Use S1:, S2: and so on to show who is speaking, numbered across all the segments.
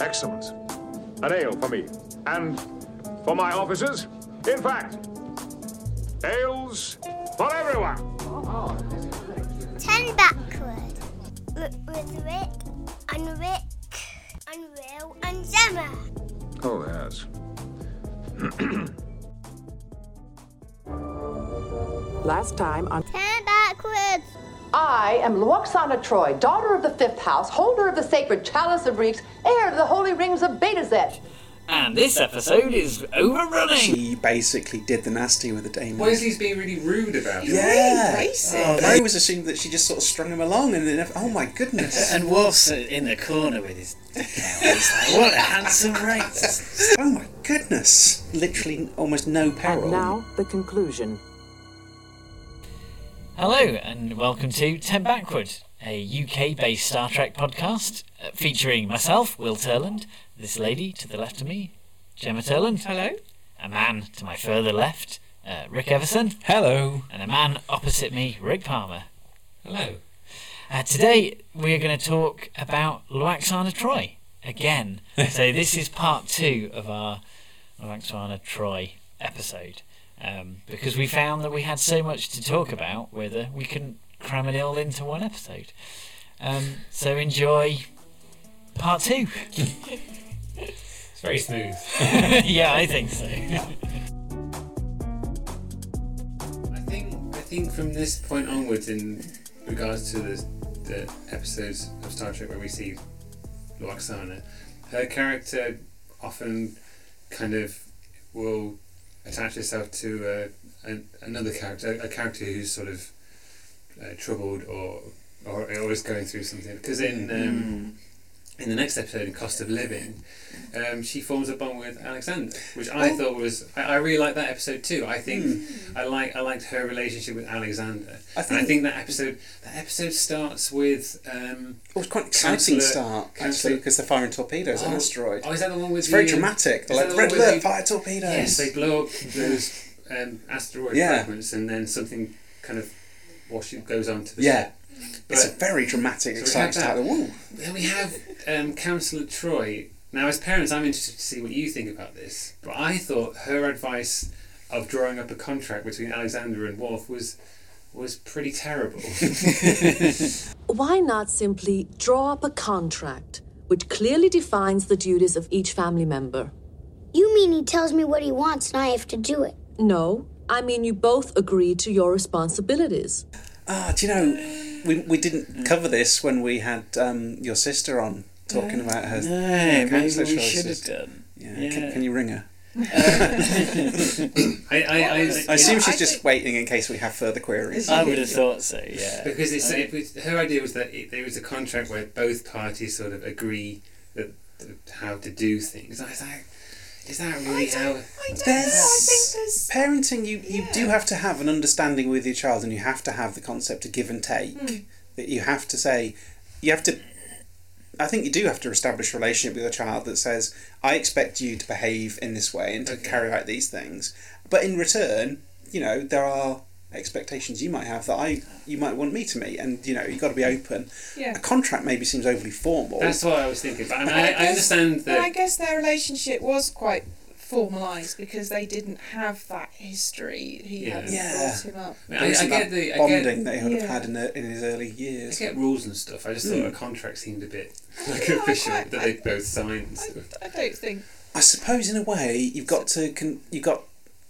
S1: Excellent. An ale for me. And for my officers. In fact, ales for everyone.
S2: Ten backward. R- with Rick and Rick and Will and Zemma.
S1: Oh, yes.
S3: Last time on
S2: Ten backwards.
S4: I am Luoxana Troy, daughter of the fifth house, holder of the sacred chalice of reeks, heir to the holy rings of Betazet.
S5: And this episode is overrunning.
S6: She basically did the nasty with the Danish.
S7: Wesley's being really rude about it.
S6: yeah.
S8: Really racist.
S6: Oh, I always assumed that she just sort of strung him along, and then, ev- oh my goodness,
S8: And Wolf's in the corner with his dick out. He's like, what a handsome racist.
S6: oh my goodness, literally almost no peril.
S3: And Now the conclusion.
S5: Hello, and welcome to Ten Backward, a UK based Star Trek podcast uh, featuring myself, Will Turland, this lady to the left of me, Gemma Turland,
S8: Hello?
S5: a man to my further left, uh, Rick Everson,
S9: Hello.
S5: and a man opposite me, Rick Palmer.
S7: Hello.
S5: Uh, today, we are going to talk about Luaxana Troy again. so, this is part two of our Luaxana Troy episode um, because we found that we had so much to talk about with her, we couldn't cram it all into one episode. Um, so, enjoy part two.
S7: It's very smooth.
S5: yeah, I think so.
S7: I think I think from this point onwards, in regards to the, the episodes of Star Trek where we see Loxana, her character often kind of will attach herself to uh, an, another character, a character who's sort of uh, troubled or or or is going through something. Because in
S6: Hmm.
S7: um, in the next episode, in Cost of Living, um, she forms a bond with Alexander, which I
S6: Oh.
S7: thought was I, I really liked that episode too. I think I like I liked her relationship with Alexander.
S6: Hmm. I
S7: and I
S6: think-
S7: think that episode that episode starts with um,
S6: It was quite an exciting
S7: Counselor-
S6: start, actually,
S7: Counselor-
S6: because they're firing torpedoes at an asteroid.
S7: Oh, is that the one with
S6: it's very
S7: the-
S6: dramatic.
S7: is
S6: They're
S7: that
S6: like,
S7: the one
S6: red
S7: with
S6: alert,
S7: the-
S6: fire torpedoes.
S7: Yes, they blow up those um, asteroid
S6: Yeah.
S7: fragments, and then something kind of wash goes on to the
S6: yeah. It's a
S7: But-
S6: very dramatic,
S7: So we
S6: exciting
S7: had
S6: start.
S7: that.
S6: Ooh.
S7: Then we have um, Councillor Troy. Now, as parents, I'm interested to see what you think about this. But I thought her advice of drawing up a contract between Alexander and Worf was was pretty terrible.
S10: Why not simply draw up a contract which clearly defines the duties of each family member?
S2: You mean he tells me what he wants and I have to do it?
S10: No, I mean you both agree to your responsibilities.
S6: Ah, do you know, we, we didn't cover this when we had um, your sister on talking about her.
S8: No, maybe
S6: counselor
S8: we should
S6: choices.
S8: have done.
S6: Yeah.
S8: Yeah.
S6: Can, can you ring her?
S7: I, I, I,
S6: I assume she's
S8: I
S6: just
S8: think-
S6: waiting in case we have further queries.
S8: I would have thought so, yeah.
S7: because it's, it was, her idea was that it, there was a contract where both parties sort of agree that, that how to do things. I was like, is that really how?
S6: There's parenting. You you do have to have an understanding with your child, and you have to have the concept of give and take.
S8: Hmm.
S6: That you have to say, you have to. I think you do have to establish a relationship with your child that says, "I expect you to behave in this way and to carry out these things," but in return, you know there are expectations you might have that I you might want me to meet, and you know you've got to be open.
S8: Yeah.
S6: A contract maybe seems overly formal.
S7: That's what I was thinking. But I, mean, I, I understand that.
S8: I guess their relationship was quite formalised because they didn't have that history. He
S7: Yeah. hadn't
S6: Yeah.
S8: him up.
S7: I, mean, I, I
S6: Isn't
S7: get
S6: that
S7: the I get-
S6: bonding that he would
S8: Yeah.
S6: have had in, the, in his early
S7: I
S6: years.
S7: get rules and stuff. I just thought a contract seemed a bit like
S8: know, Hmm. I
S7: official
S8: quite-
S7: that they both signed. and stuff.
S8: I don't think
S6: I suppose in a way you've got to con- you got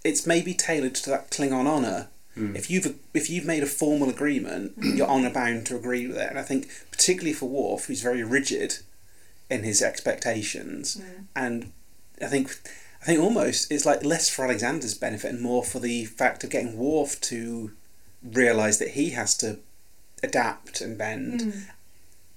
S6: it's maybe tailored to that Klingon honor. If you've if you've made a formal agreement, you're honor bound to agree with it. And I think particularly for Worf, who's very rigid in his expectations, and I think I think almost it's like less for Alexander's benefit and more for the fact of getting Worf to realize that he has to adapt and bend.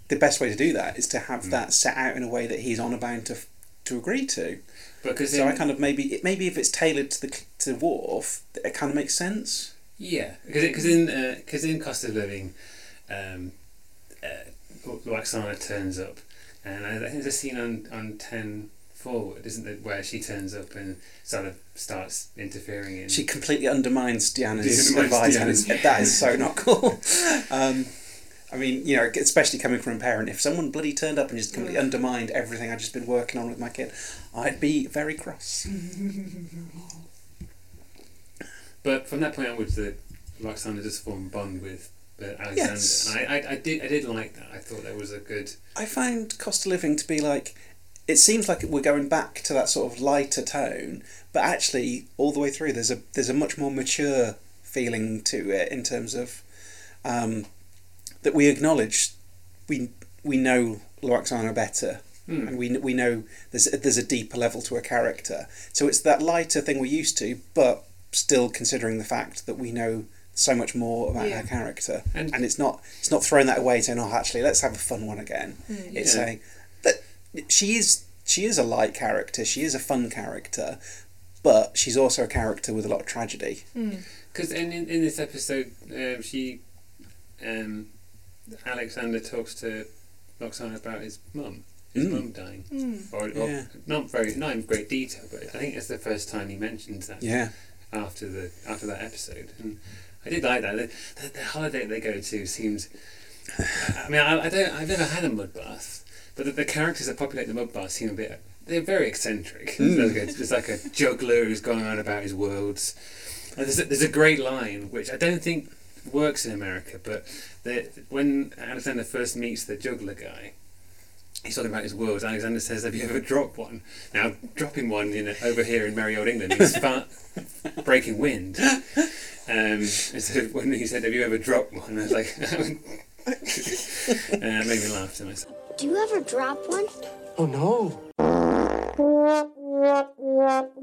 S6: The best way to do that is to have that set out in a way that he's honor bound to to agree to.
S7: Because
S6: So
S7: in,
S6: I kind of maybe it maybe if it's tailored to the cl- to the wharf, it kind of makes sense.
S7: yeah, because because in because in cost of living, um, uh, Waxana turns up, and I, I think there's a scene on on ten forward, isn't there, where she turns up and sort of starts interfering in.
S6: She completely undermines Deanna's
S7: Deanna's
S6: advice, and
S7: Deanna's-
S6: it's- that is so not cool. Um, I mean, you know, especially coming from a parent, if someone bloody turned up and just completely undermined everything I'd just been working on with my kid, I'd be very cross.
S7: But from that point onwards, the Roxana does form a bond with uh, Alexander,
S6: Yes.
S7: and I, I, I did, I did like that. I thought that was a good.
S6: I find cost of living to be like it seems like we're going back to that sort of lighter tone, but actually all the way through there's a there's a much more mature feeling to it in terms of um, that we acknowledge we we know Loaxana better.
S7: Hmm.
S6: And we, we know there's a, there's a deeper level to a character, so it's that lighter thing we're used to, but still considering the fact that we know so much more about
S8: Yeah.
S6: her character,
S7: And-
S6: and, it's not it's not throwing that away saying oh actually let's have a fun one again. It's
S7: Hmm. Yeah.
S6: saying that she is she is a light character. She is a fun character, but she's also a character with a lot of tragedy.
S7: Because in, in in this episode, um, she, um, Alexander talks to Roxana about his mum, his
S6: Mm.
S7: mum dying, or, or
S6: Yeah.
S7: not very not in great detail, but I think it's the first time he mentions that.
S6: Yeah,
S7: after the after that episode, and I did like that. The, the, the holiday they go to seems. I mean, I, I don't. I've never had a mud bath, but the, the characters that populate the mud bath seem a bit. They're very eccentric. There's, like a, there's like a juggler who's going around about his worlds. And there's a, there's a great line which I don't think works in America, but the, when Alexander first meets the juggler guy. He's talking about his worlds. Alexander says, "Have you ever dropped one?" Now, dropping one in over here in merry old England is far, breaking wind. Um, and so when he said, "Have you ever dropped one?" I was like, uh, it made me laugh to myself.
S2: Do you ever drop one?
S4: Oh no.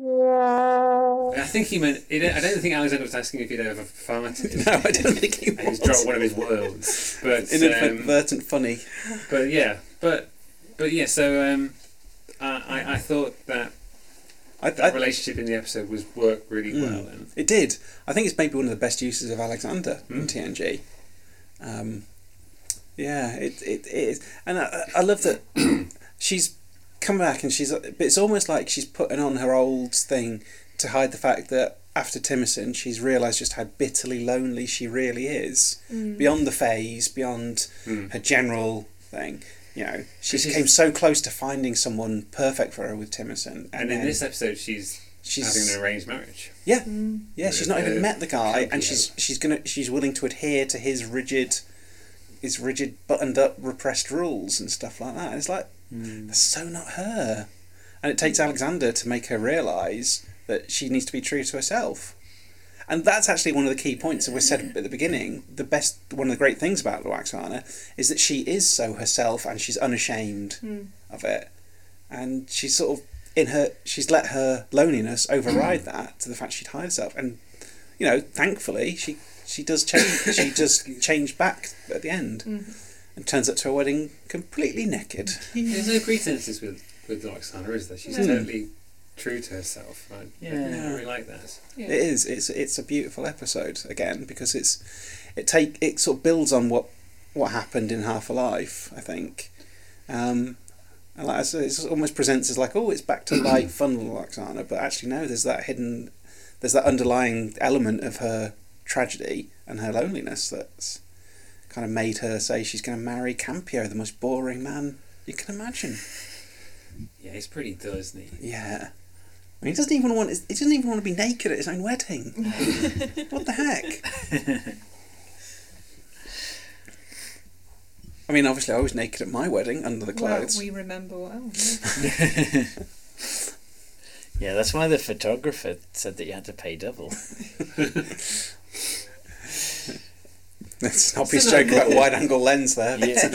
S7: I think he meant. It, I don't think Alexander was asking if he'd ever farted.
S6: no, I don't think he
S7: And
S6: was.
S7: he's dropped one of his worlds, but
S6: An
S7: um,
S6: inadvertent funny.
S7: but yeah, but but yeah. So um, I, I I thought that
S6: I,
S7: that
S6: I,
S7: relationship in the episode was worked really well. And
S6: it did. I think it's maybe one of the best uses of Alexander
S7: Hmm.
S6: in TNG. Um, yeah, it, it, it is, and I, I love that she's come back and she's. But it's almost like she's putting on her old thing to hide the fact that after Timmerson, she's realised just how bitterly lonely she really is, beyond the phase, beyond
S7: Hmm.
S6: her general thing. You know, she
S7: Because
S6: came so close to finding someone perfect for her with Timmerson, and,
S7: and
S6: then
S7: in this episode, she's
S6: she's
S7: having an arranged marriage.
S6: yeah, yeah. She's not
S7: Uh,
S6: even met the guy, and she's
S7: Campion.
S6: she's gonna she's willing to adhere to his rigid, his rigid buttoned up repressed rules and stuff like that. And it's like that's so not her, and it takes Alexander to make her realize that she needs to be true to herself, and that's actually one of the key points that was said at the beginning. The best one of the great things about Loaxana is that she is so herself, and she's unashamed of it, and she's sort of in her she's let her loneliness override that to the fact she'd hide herself and you know thankfully she she does change she does change back at the end and turns up to her wedding completely naked
S7: There's no pretenses with with Alexander, is there?
S8: Hmm.
S7: She's totally true to herself. Right? Yeah, I really like that.
S8: Yeah.
S6: it is it's it's a beautiful episode again because it's it take it sort of builds on what what happened in half a life i think um and like I said, it almost presents as like, oh, it's back to light, fun, Loxana, but actually no, there's that hidden, there's that underlying element of her tragedy and her loneliness that's kind of made her say she's going to marry Campio, the most boring man you can imagine.
S7: Yeah, he's pretty dull, isn't he?
S6: Yeah, I mean, he doesn't even want, he doesn't even want to be naked at his own wedding. what the heck? I mean, obviously, I was naked at my wedding under the
S8: Well,
S6: clothes.
S8: we remember. Oh, Well,
S11: Yeah, that's why the photographer said that you had to pay double.
S6: Let's not be joking about wide angle lens there.
S11: Yeah, yeah.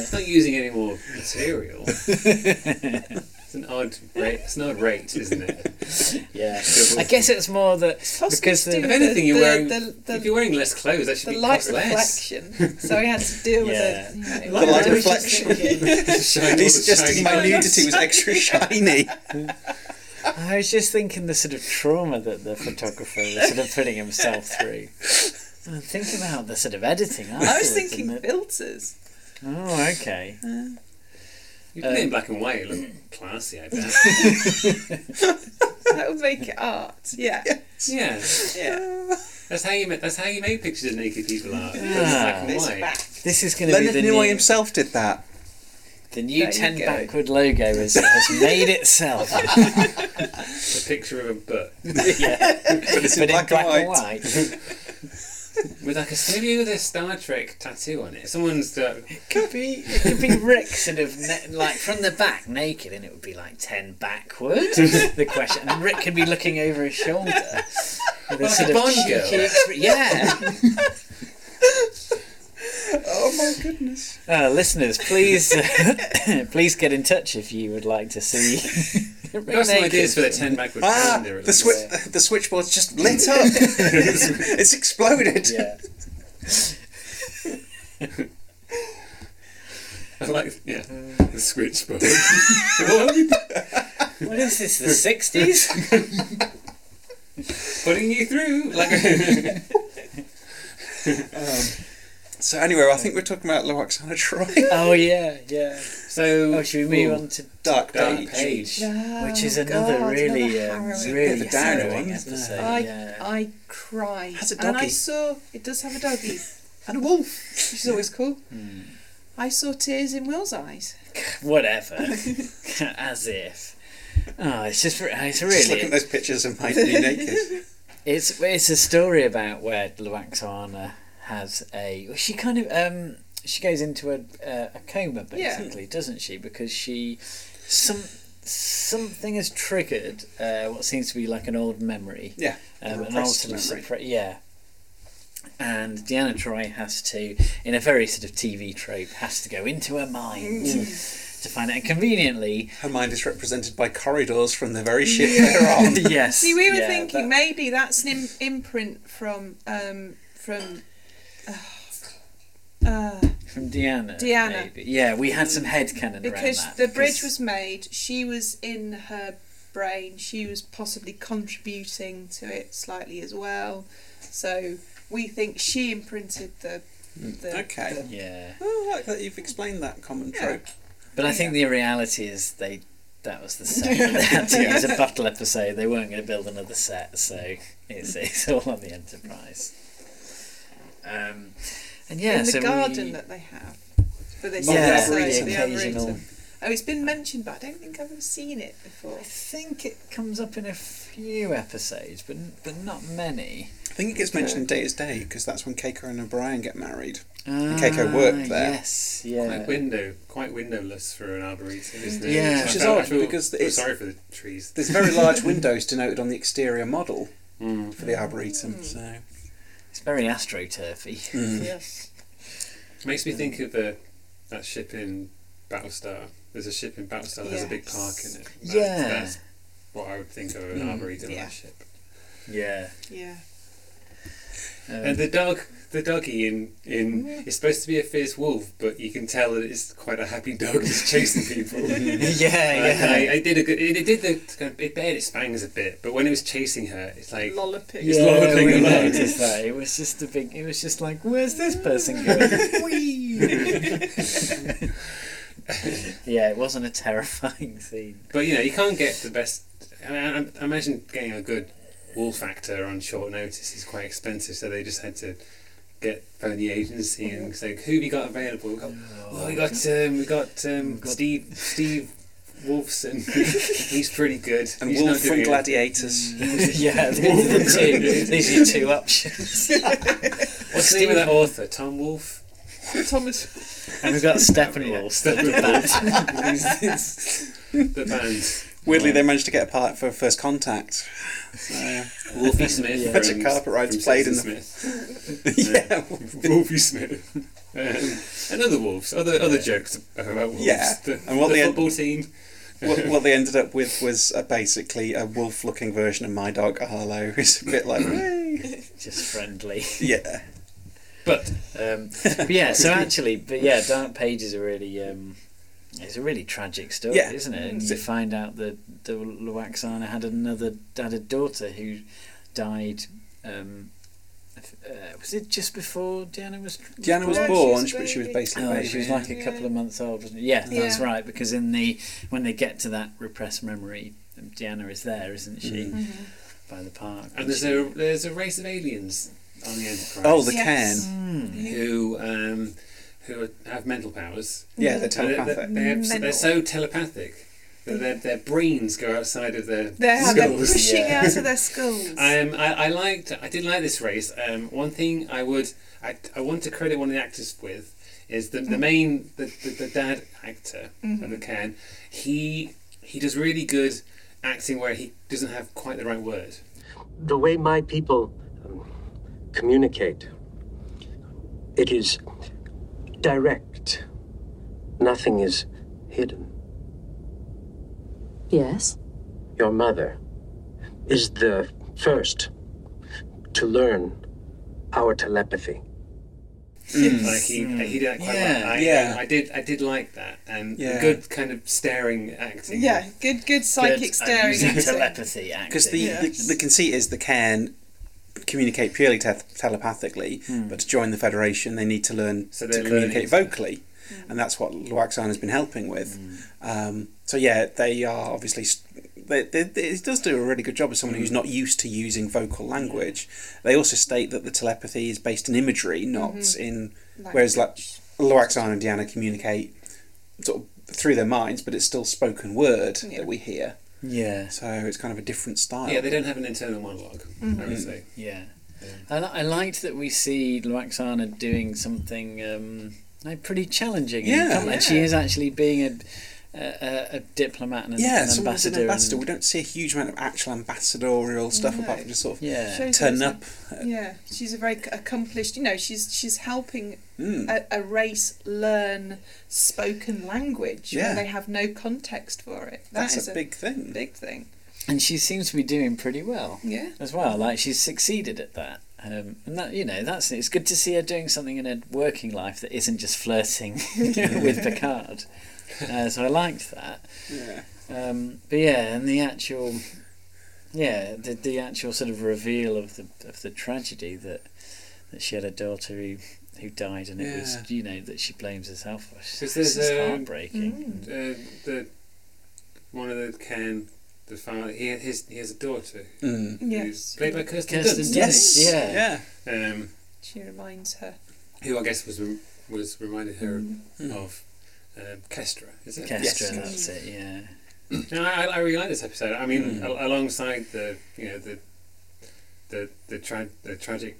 S7: It's not using any more material. it's an odd rate. It's an odd rate, isn't it?
S11: yeah. I guess it's more that
S8: possibly
S11: because
S8: to
S11: the,
S8: do
S7: If
S8: with
S7: anything, you're
S8: the,
S7: wearing
S8: the, the,
S7: if you're wearing less clothes, that should
S8: the
S7: be
S8: light
S7: cost less.
S8: reflection. so he had to deal
S11: Yeah.
S8: with it. you know.
S6: The light
S7: I was just
S6: reflection.
S7: Shiny,
S6: It's just
S7: shiny.
S6: my nudity was extra shiny.
S11: I was just thinking the sort of trauma that the photographer was sort of putting himself through. And think about the sort of editing.
S8: I was
S11: afterwards
S8: thinking
S11: and the-
S8: filters.
S11: oh, okay.
S7: You've been
S8: Um,
S7: in black and white. You look classy, I bet.
S8: That would make it art. Yeah.
S7: yeah,
S8: yeah.
S7: that's how you make that's how you make pictures of naked people. Art. It's
S11: Yeah.
S7: black and
S8: This
S7: white.
S8: fact.
S5: This is going to be
S6: Leonard
S5: the new,
S6: Nimoy himself did that.
S5: the new
S7: There you
S5: 10
S7: go.
S5: backward logo is, has made itself.
S7: A picture of a butt
S6: But it's in
S5: but in
S6: black,
S5: black
S6: and
S5: and
S6: white.
S5: white.
S7: with like a silly with a Star Trek tattoo on it. Someone's uh, done.
S5: could be, it could be Rick sort of na- like from the back naked and it would be like 10 backward. the question. And Rick could be looking over his shoulder. With
S7: Like a Bond girl.
S5: expre- Yeah.
S6: Oh my goodness.
S5: Uh, listeners, please uh, please get in touch if you would like to see.
S7: We've got some ideas for the ten backward
S6: Ah,
S7: calendar.
S6: the, swi- the switchboard's just lit up. it's exploded.
S5: Yeah.
S7: I like yeah,
S6: Uh-huh.
S7: the switchboard. What?
S5: What is this? The sixties?
S7: Putting you through like a
S6: So anyway, I think we're talking about Loaxana Troy.
S5: oh yeah, yeah.
S7: so.
S5: Oh, should we move
S7: Ooh,
S5: on to
S6: Dark,
S7: dark
S6: Page.
S7: page?
S5: which is another
S8: Oh, God,
S5: really,
S8: another
S5: um,
S8: harrowing.
S5: really
S6: Bit of a downer
S5: harrowing
S6: one, isn't it?
S5: episode.
S8: I,
S5: yeah.
S8: I cried.
S6: Has a
S8: And I
S6: doggy.
S8: saw it does have a doggy and a wolf, which is always cool.
S5: Hmm.
S8: I saw tears in Will's eyes.
S5: Whatever. As if. Oh, it's just re- it's
S6: Just look at
S5: really
S6: those pictures of Mike being naked.
S5: it's it's a story about where Luaxana has a well, she kind of um she goes into a uh, a coma
S8: Yeah.
S5: basically, doesn't she? Because she some something has triggered uh, what seems to be like an old memory.
S6: Yeah.
S5: um, an old
S6: Repressed
S5: sort of
S6: memory.
S5: separate, yeah. And Deanna Troy has to, in a very sort of TV trope, has to go into her mind to find out. And conveniently,
S6: Her mind is represented by corridors from the very ship they're on.
S5: yes.
S8: See, we were
S5: yeah,
S8: thinking
S5: that-
S8: maybe that's an Im- imprint from um, from uh, uh,
S5: from Deanna.
S8: Deanna.
S5: maybe. Yeah, we had some head cannon
S8: because
S5: around that.
S8: the bridge was made. She was in her brain. She was possibly contributing to it slightly as well. So we think she imprinted the.
S5: Hmm.
S8: the
S6: Okay.
S5: Yeah,
S6: Oh, I like that you've explained that common trope.
S5: but I think the reality is they. That was the set. that they had to use a battle episode. They weren't going to build another set, so it's, it's all on the Enterprise. Um, and yeah,
S8: in the
S5: so
S8: garden
S5: we,
S8: that they have for this
S5: Yeah,
S8: episode,
S5: the
S8: the
S5: occasional.
S8: arboretum. Oh, it's been mentioned, but I don't think I've ever seen it before.
S5: I think it comes up in a few episodes, but but not many.
S6: I think it gets mentioned in Day is Day because that's when Keiko and O'Brien get married. Keiko worked
S5: Ah,
S6: there.
S5: Yes, yeah.
S7: Quite window, quite windowless for an arboretum, isn't it?
S5: Yeah.
S6: Which
S7: I
S6: is
S7: felt- I
S6: odd
S7: feel-
S6: because
S7: I'm
S6: it's-
S7: sorry for the trees.
S6: There's very large windows denoted on the exterior model
S5: Hmm.
S6: for the arboretum. So
S5: It's very astroturfy.
S8: Yes.
S7: Makes me think of the that ship in Battlestar. There's a ship in Battlestar that has a big
S8: Yes.
S7: park in it. That-
S5: Yeah.
S7: That's what I would think of
S6: Hmm.
S7: an arboretum on
S8: Yeah.
S7: a ship.
S5: Yeah.
S8: Yeah.
S5: Um,
S7: And the dog, the doggy in in it's supposed to be a fierce wolf, but you can tell that it's quite a happy dog that's chasing people.
S5: yeah,
S7: And I,
S5: yeah.
S7: I did a good. It, it did the. kind of- It bared its fangs a bit, but when it was chasing her, it's like
S8: Lollipop.
S7: It's
S5: yeah,
S7: lording
S5: we
S7: about.
S5: noticed that. It was just a big. It was just like, where's this person going? Whee! yeah, it wasn't a terrifying scene.
S7: But you know, you can't get the best. I, mean, I, I imagine getting a good wolf actor on short notice is quite expensive, so they just had to get phone the agency and say, "Who have you got available?" We got, well, we got, um, we got, um, Steve, Steve Wolfson. He's pretty good.
S6: and
S7: He's
S6: Wolf
S7: not doing
S6: from Gladiators.
S5: Hmm. yeah, these are the two. These are your two options.
S7: anything. What's the name of that author? Tom Wolfe.
S8: Thomas.
S5: And we've got Steppenwolf.
S7: The band.
S6: Weirdly, they managed to get a part for First Contact.
S7: Wolfie Smith.
S6: Patrick
S7: from-
S6: Cartwright's
S7: from
S6: played in
S7: Citizen
S6: the-
S7: Smith.
S6: yeah,
S7: Wolfie Smith. Um, and other wolves, other other jokes about wolves.
S6: Yeah.
S7: The,
S6: And what
S7: the
S6: they-
S7: football team.
S6: what, what they ended up with was uh basically a wolf-looking version of my dog Harlow, who's a bit like, "Hey."
S5: Just friendly.
S6: yeah,
S7: But
S5: Um, but yeah, so actually, but yeah, Dark Page is a really, um, it's a really tragic story,
S6: Yeah.
S5: isn't it? And you find out that the Luaxana had another, had a daughter who died. Um, uh, was it just before Diana was?
S6: Diana was
S8: Yeah, she
S6: born,
S8: was a
S6: but she was
S8: baby.
S6: basically a
S5: Oh,
S6: baby.
S5: she was like a
S8: Yeah.
S5: couple of months old, wasn't she? Yeah, that's
S8: Yeah.
S5: right. Because in the when they get to that repressed memory, Diana is there, isn't she? By the park.
S7: and there's
S5: she-
S7: a there's a race of aliens on the Enterprise
S6: oh, the
S8: Yes.
S6: can.
S7: who um, who are, have mental powers.
S6: Yeah, they're
S7: And they're-
S6: telepathic.
S7: They're, they're,
S8: Mental.
S7: they're so telepathic that their, their brains go outside of their
S8: They're, how they're
S7: skulls.
S8: pushing
S6: yeah.
S8: out of their skulls.
S7: Um, I, I liked. I did like this race. Um, one thing I would, I, I want to credit one of the actors with is the the main the, the, the dad actor of the can. He he does really good acting where he doesn't have quite the right word.
S10: the way my people um, communicate it is direct nothing is hidden
S4: Yes?
S10: your mother is the first to learn our telepathy
S7: Like he he did that quite
S5: Yeah,
S7: well. I,
S6: Mm. yeah.
S7: I did I did like that and
S6: Yeah.
S7: good kind of staring acting.
S8: yeah, good, good psychic
S5: Good at
S8: staring.
S5: using
S8: acting.
S5: telepathy acting.
S6: Because the,
S8: Yeah.
S6: the the conceit is the can communicate purely te- telepathically, but to join the federation they need to learn
S7: Hmm. So
S6: to
S7: they're
S6: communicate
S7: learning.
S6: vocally, and that's what Luaxan has been helping with.
S7: Hmm.
S6: Um, so yeah, they are obviously. St- they, they, they- it does do a really good job as someone who's
S7: Hmm.
S6: not used to using vocal language. They also state that the telepathy is based in imagery, not in. Whereas like Loaxan and Diana communicate sort of through their minds, but it's still spoken word
S8: Yeah.
S6: that we hear.
S5: yeah,
S6: So it's kind of a different style.
S7: Yeah, they don't have an internal monolog I would say.
S5: yeah. I, li- I liked that we see Luaxana doing something um, like pretty challenging. and
S6: Yeah.
S5: complex. she is actually being a a, a, a diplomat and an,
S6: yeah,
S5: an
S6: someone who's
S5: ambassador.
S6: an ambassador.
S5: and-
S6: We don't see a huge amount of actual ambassadorial stuff apart from just sort of
S5: yeah,
S8: Shows
S6: turn
S8: that
S6: up.
S8: Yeah, she's a very c- accomplished. You know, she's she's helping
S6: Hmm.
S8: a, a race learn spoken language
S6: Yeah.
S8: when they have no context for it. That
S6: That's
S8: is
S6: a big thing.
S8: big thing.
S5: and she seems to be doing pretty well.
S8: Yeah.
S5: as well. Like she's succeeded at that, um, and that you know that's it's good to see her doing something in her working life that isn't just flirting with Picard. Uh, so I liked that.
S6: Yeah.
S5: Um, but yeah, and the actual, yeah, the the actual sort of reveal of the of the tragedy that that she had a daughter who who died, and it was you know that she blames herself for. It's
S7: Because there's,
S5: just
S7: um,
S5: heartbreaking.
S7: Uh, the one of the can the father he his he has a daughter
S6: Mm.
S7: who's
S8: Yes.
S7: played by Kirsten,
S5: Kirsten
S7: Dunst.
S6: Yes.
S5: Yeah.
S6: Yeah.
S7: um,
S8: She reminds her.
S7: who I guess was rem- was reminded her of um, Kestra, is it?
S5: Kestra,
S6: Yes.
S5: that's it. Yeah.
S7: No, I, I really like this episode. I mean, al- alongside the you know the the the, tra- the tragic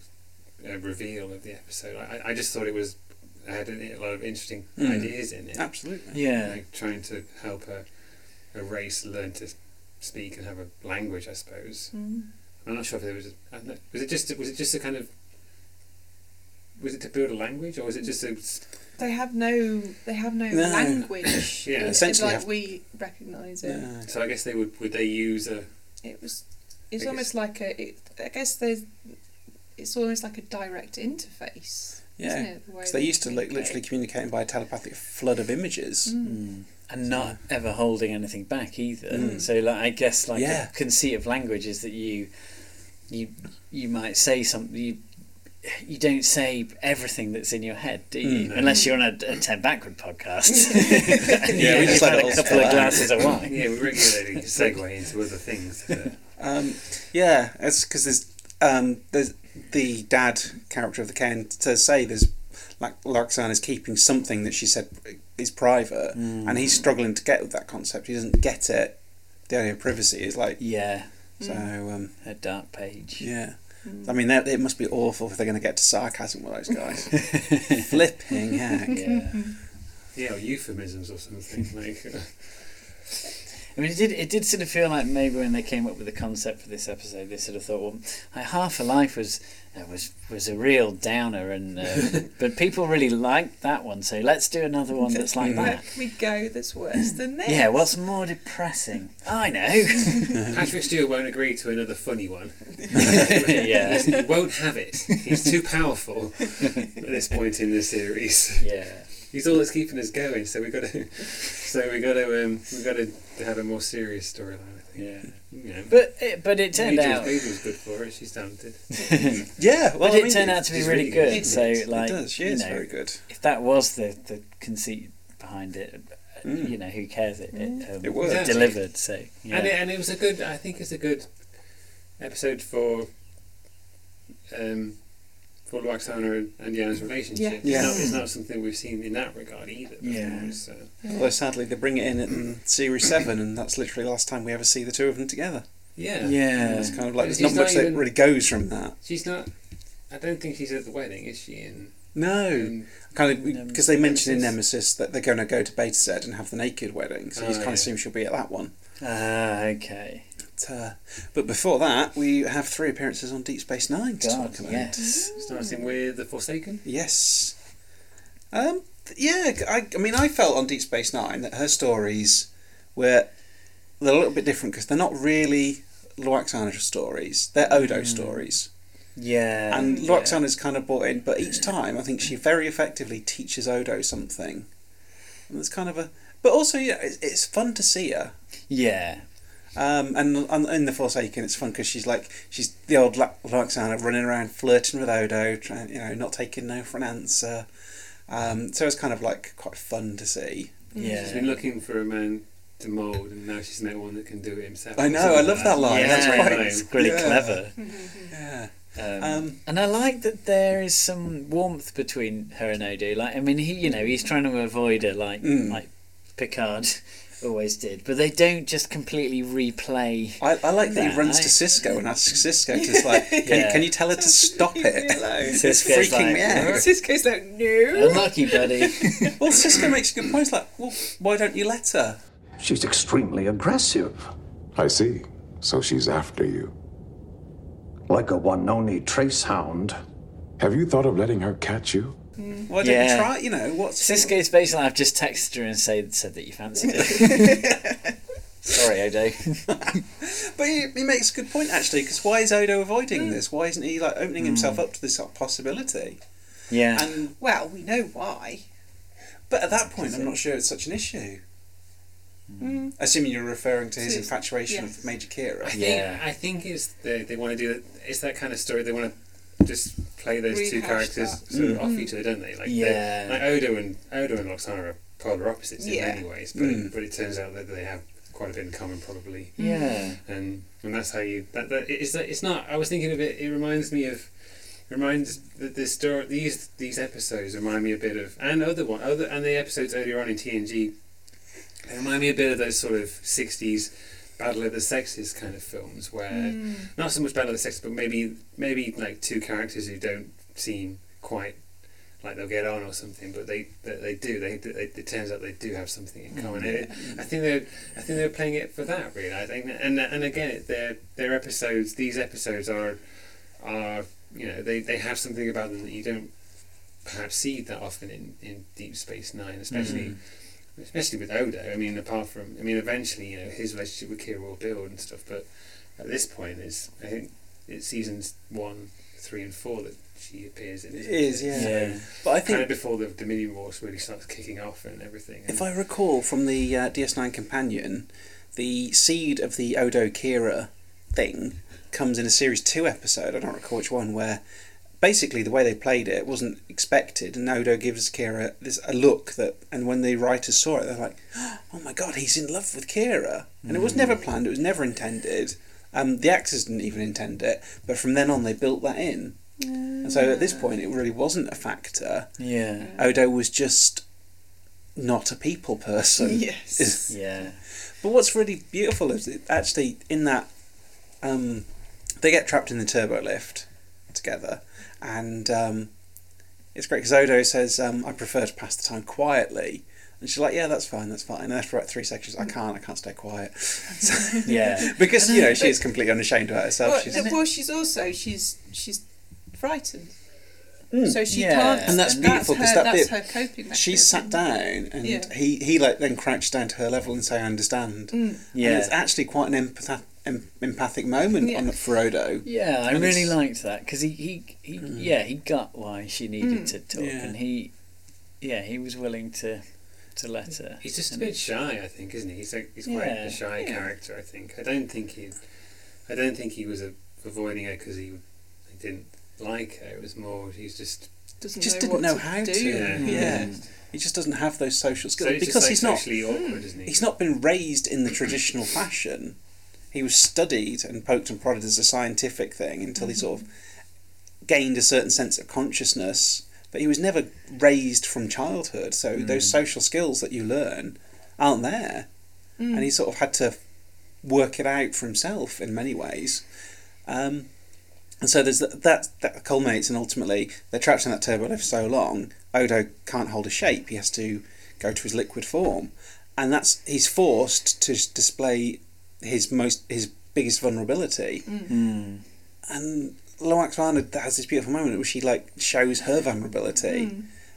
S7: uh, reveal of the episode, I, I- I just thought it was I had a lot of interesting ideas in it.
S6: Absolutely.
S5: Yeah.
S7: Like trying to help a, a race learn to speak and have a language, I suppose. I'm not sure if there was. A, I don't know, was it just? Was it just a kind of? Was it to build a language, or was it just a? s-
S8: They have no. They have no,
S6: No.
S8: language.
S7: Yeah,
S8: It's
S6: essentially
S8: like
S6: have-
S8: we recognise it.
S6: Yeah.
S7: So I guess they would. Would they use a?
S8: It was. It's
S7: I
S8: almost like a. It, I guess there's. It's almost like a direct interface. Isn't
S6: Yeah.
S8: it, the way
S6: Because they used to like,
S8: communicate? Hmm.
S6: literally communicating by a telepathic flood of images.
S5: and not ever holding anything back either. So like I guess like
S6: Hmm. Yeah.
S5: the conceit of language is that you you you might say something you you don't say everything that's in your head, do you?
S6: Hmm.
S5: Unless you're on a, a ten backward podcast. and
S6: Yeah, we
S5: you've
S6: just let
S5: had
S6: it all
S5: a couple
S6: spill
S5: of
S6: out.
S5: glasses of wine.
S7: Yeah, we're regularly segue into other things. but-
S6: Um, yeah, it's because there's um, there's the dad character of the Ken to say there's like Larksan is keeping something that she said is private, and
S5: Hmm.
S6: he's struggling to get with that concept. He doesn't get it. The idea of privacy is like
S5: Yeah,
S6: so. Um,
S5: a dark page.
S6: yeah, I mean that it must be awful if they're going to get to sarcasm with those guys. Flipping heck.
S5: Yeah.
S7: yeah, or euphemisms or something like.
S5: I mean, it did. It did sort of feel like maybe when they came up with the concept for this episode, they sort of thought, well, like Half a Life was uh, was was a real downer, and uh, but people really liked that one, so let's do another one that's like
S8: Where
S5: that.
S8: can we go that's worse than this?
S5: Yeah, what's more depressing? I know.
S7: Patrick Stewart won't agree to another funny one.
S5: yeah,
S7: He won't have it. He's too powerful at this point in the series.
S5: yeah,
S7: He's all that's keeping us going. So we got to, so we got to, um, we got to have a more serious storyline. I think.
S5: yeah.
S7: You know,
S5: But it, but it turned
S7: Major's-
S5: out,
S7: Major's good for it. She's talented.
S6: Yeah,
S5: but
S6: well, I
S5: it
S6: mean,
S5: turned out to be
S7: it's
S5: really
S7: really good.
S5: good.
S7: It
S5: So
S7: does.
S5: like,
S6: it does. She
S5: you
S6: is
S5: know,
S6: very good.
S5: if that was the the conceit behind it, uh you know, who cares? It it, um,
S6: It was.
S5: delivered. So yeah.
S7: And it, and it was a good. I think it's a good episode for um, for Waxana and Yana's relationship.
S8: Yeah.
S7: It's,
S6: Yeah.
S7: Not, it's not something we've seen in that regard either. before,
S6: Yeah.
S7: So.
S6: Although sadly they bring it in at in series seven, and that's literally the last time we ever see the two of them together.
S7: Yeah.
S6: it's kind of like there's
S7: She's
S6: not much that
S7: even-
S6: really goes from that.
S7: She's not. I don't think she's at the wedding, is she? In,
S5: Mm.
S6: No,
S7: in-
S6: kind of because they mention in
S7: Nemesis.
S6: Nemesis that they're going to go to Beta Z and have the naked wedding, so you
S7: Oh,
S6: kind
S7: yeah.
S6: of assume she'll be at that one.
S5: Ah, okay.
S6: But, uh, but before that, we have three appearances on Deep Space Nine to
S5: God,
S6: talk about.
S5: yes.
S7: starting with the Forsaken.
S6: Yes. Um. th- Yeah. g- I, I mean, I felt on Deep Space Nine that her stories were they're a little bit different because they're not really Loaxana stories; they're Odo stories.
S5: Mm. Yeah.
S6: And
S5: yeah.
S6: Loaxana's kind of bought in, but each time I think she very effectively teaches Odo something, and it's kind of a. But also, yeah, it's, it's fun to see her.
S5: Yeah.
S6: Um, and on, in the Forsaken, it's fun because she's like she's the old La- Loxana running around flirting with Odo, trying you know not taking no for an answer. Um, so it's kind of like quite fun to see.
S7: She's
S5: Yeah.
S7: been looking for a man to mould, and now she's met one that can do it himself.
S6: I know, I love that line.
S5: Yeah,
S6: That's quite
S5: it's really
S6: yeah.
S5: clever.
S6: Yeah,
S5: Um,
S6: Um,
S5: and I like that there is some warmth between her and Odo. Like, I mean, he, you know, he's trying to avoid her, like,
S6: Mm.
S5: like Picard always did. But they don't just completely replay.
S6: I, I like that he
S5: Nah,
S6: runs
S5: I-
S6: to Cisco and asks Cisco to just like, can, you,
S5: Yeah.
S6: can you tell her to stop it? it's
S5: Cisco's
S6: freaking
S5: like,
S6: me out.
S8: Cisco's like, no.
S5: Unlucky, buddy.
S6: Well, Cisco makes a good point. He's like, well, why don't you let her?
S9: She's extremely aggressive,
S1: I see. So she's after you.
S9: like a Wanoni trace hound.
S1: Have you thought of letting her catch you?
S6: Why don't
S5: Yeah.
S6: you try? You know what's
S5: Cisco's basically, I've just texted her and said, said that you fancied her. Sorry, Odo.
S6: But he, he makes a good point actually, because why is Odo avoiding this? Why isn't he like opening himself up to this sort of possibility?
S5: Yeah.
S6: And
S8: Well, we know why.
S6: but at that point, I'm not sure it's such an issue. Assuming you're referring to his
S8: So it's-
S6: infatuation
S8: yeah.
S6: with Major Kira.
S7: I
S5: Yeah.
S7: think, I think it's they, they want to do that. It's that kind of story. They want to just play those two
S8: Rehash
S7: characters
S8: that.
S6: Mm.
S7: sort of off each other, don't they? Like
S5: Yeah.
S7: they- like Odo and Odo and Loxana are polar opposites
S8: Yeah.
S7: in many ways, but
S6: Mm.
S7: but it turns out that they have quite a bit in common, probably.
S5: yeah.
S7: And and that's how you that, that it's it's not. I was thinking of it. It reminds me of reminds that this story these these episodes remind me a bit of and other one other and the episodes earlier on in TNG they remind me a bit of those sort of 60s battle of the sexes kind of films where not so much battle of the sexes but maybe maybe like two characters who don't seem quite like they'll get on or something but they they, they do they, they it turns out they do have something in common
S6: Mm.
S7: It- I think they're I think they're playing it for that really I think and and again their their episodes these episodes are are you know they, they have something about them that you don't perhaps see that often in, in Deep Space Nine, especially
S6: Mm.
S7: especially with Odo. I mean, apart from I mean, eventually you know his relationship with Kira will build and stuff, but at this point, it's I think it's seasons one, three, and four that she appears in.
S6: It
S7: isn't
S6: is,
S7: it?
S6: yeah.
S5: Yeah.
S6: But I
S7: Kind of
S6: think
S7: before the Dominion Wars really starts kicking off and everything. And
S6: if I recall from the uh, DS9 companion, the seed of the Odo Kira thing comes in a series two episode. I don't recall which one where. Basically, the way they played it wasn't expected, and Odo gives Kira this a look that, and when the writers saw it, they're like, "Oh my god, he's in love with Kira," and it was never planned, it was never intended. Um, the actors didn't even intend it, but from then on, they built that in. And so at this point, it really wasn't a factor.
S5: Yeah.
S6: Odo was just not a people person.
S8: Yes.
S5: Yeah.
S6: But what's really beautiful is it actually in that um, they get trapped in the turbo lift together, and um, it's great because Odo says, um, "I prefer to pass the time quietly." And she's like, yeah, that's fine, that's fine. And after about three seconds, I can't, I can't stay quiet. So-
S5: Yeah.
S6: because, you know, she is completely unashamed about herself.
S8: Well,
S6: she's,
S8: th- well, she's also she's she's frightened,
S6: Mm.
S8: so she
S5: Yeah.
S8: can't.
S6: And that's beautiful, 'cause that
S8: that's
S6: bit-
S8: her coping mechanism.
S6: she sat down and
S8: Yeah. Mm.
S6: he, he like then crouched down to her level and say, I understand. And it's
S5: Yeah.
S6: actually quite an empath- em- empathic moment
S8: Yeah.
S6: on for Odo.
S5: Yeah, I
S6: And
S5: really
S6: it's-
S5: liked that because he, he, he
S7: Mm.
S5: yeah, he got why she needed to talk,
S6: Yeah.
S5: and he, yeah, he was willing to, to let her.
S7: He's just a bit shy, I think, isn't he? He's like he's quite
S5: Yeah.
S7: a shy character. I think. I don't think he, I don't think he was a, avoiding her because he, he didn't like her. It was more he's just
S8: Doesn't
S6: just
S8: know
S6: didn't
S8: what
S6: know
S8: to
S6: how
S8: do.
S6: to.
S7: Yeah.
S6: Yeah. He just doesn't have those social
S7: so
S6: skills
S7: it's
S6: because
S7: just, like,
S6: he's not
S7: socially awkward, isn't he?
S6: he's not been raised in the traditional fashion. He was studied and poked and prodded as a scientific thing until he sort of gained a certain sense of consciousness, but he was never raised from childhood. So those social skills that you learn aren't there, and he sort of had to work it out for himself in many ways. Um, and so there's th- that that culminates, and ultimately they're trapped in that turbo lift so long. Odo can't hold a shape; he has to go to his liquid form, and that's he's forced to s- display his most his biggest vulnerability. And Loax Rana has this beautiful moment where she like shows her vulnerability,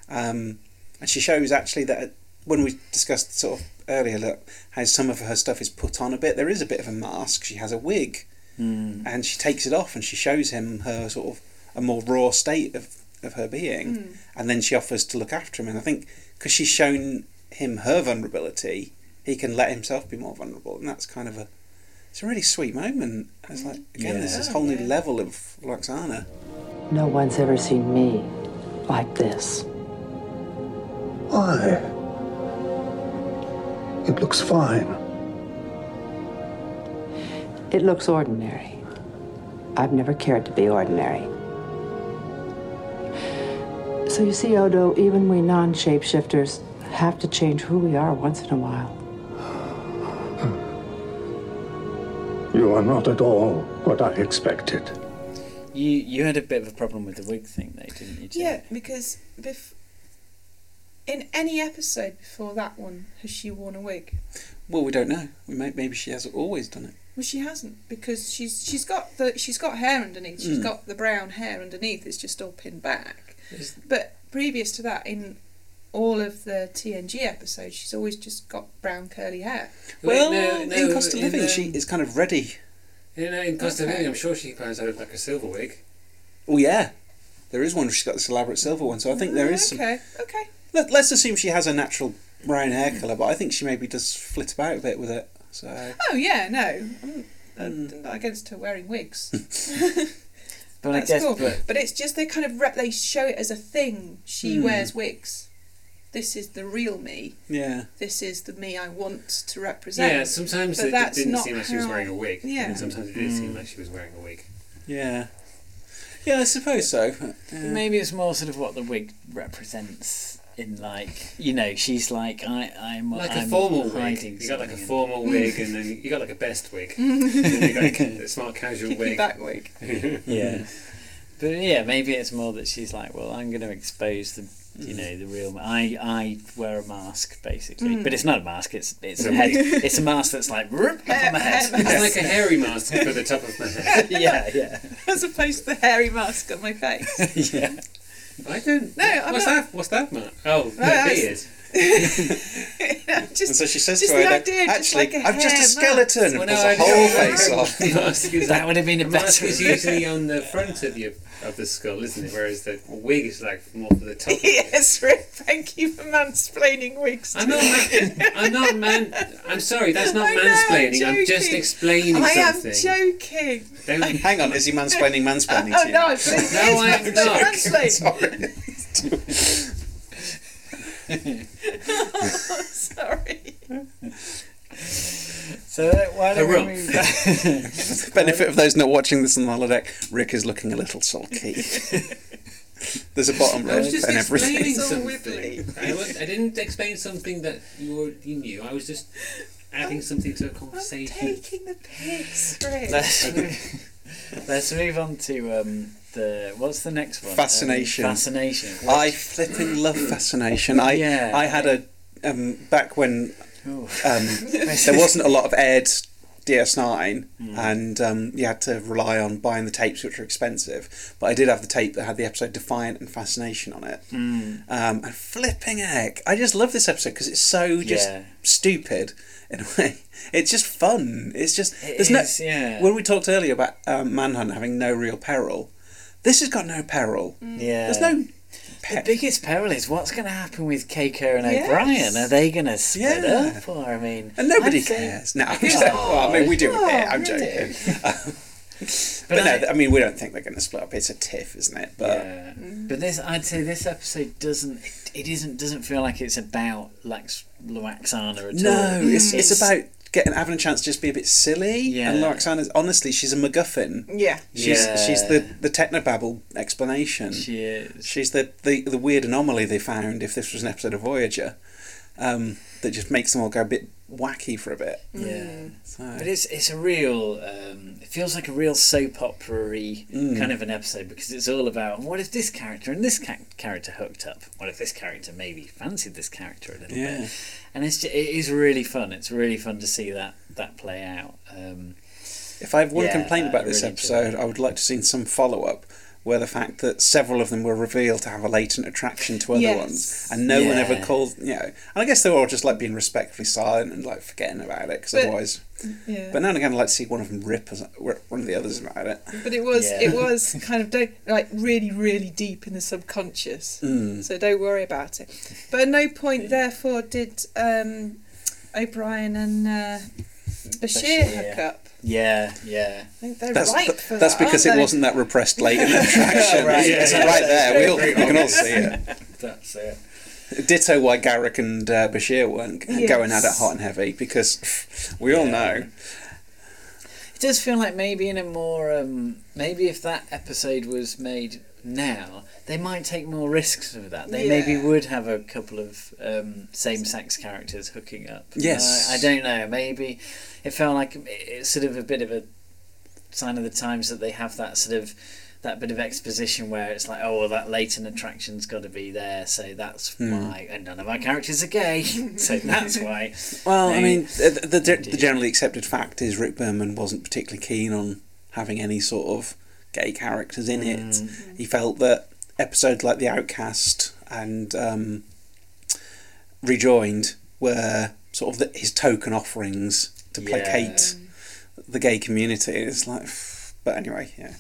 S6: um, and she shows actually that when we discussed sort of earlier that how some of her stuff is put on a bit. There is a bit of a mask. She has a wig
S5: Mm.
S6: and she takes it off and she shows him her sort of a more raw state of, of her being
S7: Hmm.
S6: and then she offers to look after him and i think because she's shown him her vulnerability he can let himself be more vulnerable and that's kind of a it's a really sweet moment it's like again there's this whole new level of loxana
S4: No one's ever seen me like this.
S9: Why? It looks fine.
S4: It looks ordinary. I've never cared to be ordinary. So you see, Odo, even we non shapeshifters have to change who we are once in a while.
S9: You are not at all what I expected.
S5: You you had a bit of a problem with the wig thing, though, didn't you? Jim?
S8: Yeah, because bef- in any episode before that one, has she worn a wig?
S6: well we don't know we may, maybe she has always done it
S8: Well, she hasn't because she's she's got the she's got hair underneath. She's
S6: Mm.
S8: got the brown hair underneath. It's just all pinned back.
S5: Is-
S8: But previous to that, in all of the TNG episodes, she's always just got brown curly hair.
S6: well
S7: no, no,
S6: in cost of
S7: in,
S6: living she
S7: um,
S6: is kind of ready
S7: You know, in Costa
S8: Okay.
S7: Rica, I'm sure she finds out like a silver wig.
S6: oh yeah there is one she's got this elaborate silver one so i think
S7: Oh,
S6: there is some
S8: Okay, okay.
S6: Let, let's assume she has a natural brown hair colour, but I think she maybe does flit about a bit with it. So
S8: Oh yeah, no, I'm, I'm not against her wearing wigs.
S5: but I
S8: That's
S5: guess
S8: cool.
S5: but
S8: But, it's just they kind of re- they show it as a thing. She wears wigs. This is the real me.
S6: yeah,
S8: This is the me I want to represent.
S7: yeah, sometimes
S8: But
S7: it, it
S8: that's
S7: didn't
S8: not
S7: seem like she was
S8: how-
S7: wearing a wig.
S8: Yeah.
S7: And sometimes it did seem like she was wearing a wig.
S6: yeah, yeah. I suppose so. Yeah.
S5: maybe it's more sort of what the wig represents in like you know she's like I I'm
S7: Like
S5: I'm
S7: a formal wig.
S5: hiding
S7: You got like a
S5: something.
S7: formal wig, and then you got like a best wig. and then you got like a smart casual
S8: Kicking
S7: wig.
S8: back wig.
S5: yeah. But yeah, maybe it's more that she's like, well, I'm going to expose the, you know, the real. ma- I I wear a mask basically,
S7: Mm.
S5: but it's not a mask. It's it's a head. It's a mask that's like "Roop, up on my head.
S7: It's like a hairy mask for the top of my head.
S5: yeah, yeah,
S8: As opposed to the hairy mask on my face.
S5: yeah.
S7: I don't.
S8: No, I'm
S7: what's
S8: not-
S7: that? What's that, Matt? Oh, no,
S8: that's-
S7: beard.
S8: just,
S6: And so she says
S8: just
S6: to her,
S8: the
S6: "No,
S8: idea, just
S6: "Actually,
S8: like a
S6: I'm just a
S8: hair mask."
S6: skeleton." and
S7: Well, no,
S6: pulls
S7: I
S6: her
S7: don't
S6: whole
S7: remember
S6: face
S7: it.
S6: off.
S7: Mask is
S5: That would have been a
S7: The mask
S5: better.
S7: is usually on the front of your of the skull, isn't it? Whereas the wig is like more for the top. Of it.
S8: yes, Rick, thank you for mansplaining wigs. to
S7: I'm not. Man, I'm not man. I'm sorry. That's not
S8: I know, I'm
S7: mansplaining. I'm just
S8: joking.
S7: explaining
S8: I am
S7: something.
S8: joking.
S7: Don't-
S6: Hang on, is he mansplaining mansplaining
S8: Oh
S6: to you?
S8: no, but it
S7: No, I am
S8: is
S7: not.
S8: mansplaining.
S6: Sorry.
S8: Sorry.
S5: So that- why don't
S7: Hurrah.
S5: we move back?
S6: Benefit of those not watching this on the holodeck, Rick is looking a little sulky. There's a bottom
S7: I
S6: lip
S7: was just
S6: and everything.
S7: explaining
S8: It's all
S7: something.
S8: wibbly.
S7: I, was, I didn't explain something that you already knew. I was just adding something to a
S8: I'm
S7: conversation.
S8: taking the piss, Rick.
S5: Let's move, let's move on to um, the what's the next one? Um,
S6: Fascination.
S5: fascination.
S6: I flipping love fascination. I
S5: Yeah.
S6: I had a um, back when
S5: Ooh.
S6: um, there wasn't a lot of aired DS9,
S5: Hmm.
S6: and um, you had to rely on buying the tapes, which were expensive. But I did have the tape that had the episode Defiant and Fascination on it.
S5: Hmm.
S6: Um, and flipping heck, I just love this episode because it's so just
S5: Yeah.
S6: stupid in a way. It's just fun. It's just
S5: It
S6: there's no
S5: is, yeah.
S6: when we talked earlier about um, Manhunt having no real peril. This has got no peril.
S5: Mm. yeah.
S6: There's no
S5: The
S6: pet.
S5: biggest peril is what's going to happen with Keiko and
S8: Yes.
S5: O'Brien. Are they going to split
S6: Yeah.
S5: up? Or I mean,
S6: And nobody
S5: I'd say-
S6: cares. No, I'm just- well, I mean, we do care. I'm joking. Um, but no,
S5: Oh, I-
S6: I mean, we don't think they're going to split up. It's a tiff, isn't it? But
S5: yeah. Uh, But this, I'd say, this episode doesn't. It, it isn't. Doesn't feel like it's about Lax Luaxana at all.
S6: no, it's, it's about getting having a chance to just be a bit silly.
S5: mm. Yeah.
S6: And Loxana's honestly, she's a MacGuffin.
S8: Yeah.
S6: She's
S5: Yeah.
S6: she's the the technobabble explanation.
S5: She is.
S6: She's the, the the weird anomaly they found if this was an episode of Voyager, um, that just makes them all go a bit wacky for a bit.
S5: Yeah.
S6: So.
S5: But it's it's a real. Um, it feels like a real soap opera-y
S6: Mm.
S5: kind of an episode because it's all about what if this character and this ca- character hooked up? What if this character maybe fancied this character a little
S6: Yeah.
S5: bit? And it's ju- it is really fun. It's really fun to see that that play out. Um,
S6: If I have one
S5: Yeah,
S6: complaint
S5: I
S6: about this
S5: really enjoyed
S6: episode, I would like to see some follow up where the fact that several of them were revealed to have a latent attraction to other
S8: Yes.
S6: ones, and no one ever
S5: Yeah.
S6: called, you know. And I guess they were all just like being respectfully silent and like forgetting about it, because
S8: But-
S6: otherwise.
S8: Yeah.
S6: But now and again, I'd like to see one of them rip as, one of the others about it.
S8: But it was
S5: Yeah.
S8: it was kind of don't like really really deep in the subconscious.
S6: Mm.
S8: So don't worry about it. But at no point, therefore, did um, O'Brien and uh,
S5: Bashir.
S8: Bashir, hook up.
S5: yeah, yeah.
S8: I think they're
S6: That's,
S8: ripe
S6: th-
S8: for
S6: that's
S8: that,
S6: because it
S8: aren't they?
S6: wasn't that repressed latent attraction.
S5: Right,
S6: it's
S5: yeah,
S6: right
S5: yeah.
S6: there. We, all, we
S5: Very
S6: can all see it.
S5: That's it.
S6: Ditto why Garrick and uh, Bashir weren't g- going at it hot and heavy, because we all know.
S5: It does feel like maybe in a more um, maybe if that episode was made now, they might take more risks with that. They
S8: Yeah.
S5: maybe would have a couple of um, same-sex characters hooking up.
S6: Yes.
S5: I, I don't know. Maybe it felt like it- it's sort of a bit of a sign of the times that they have that sort of that bit of exposition where it's like, oh, well, that latent attraction's got to be there, so that's why, and none of our characters are gay, so that's why.
S6: Well, I
S5: They-
S6: mean, the, the, the generally accepted fact is Rick Berman wasn't particularly keen on having any sort of gay characters in
S7: Mm.
S6: it. He felt that episodes like The Outcast and um, Rejoined were sort of the, his token offerings to
S5: Yeah.
S6: placate the gay community. It's like, but anyway, yeah.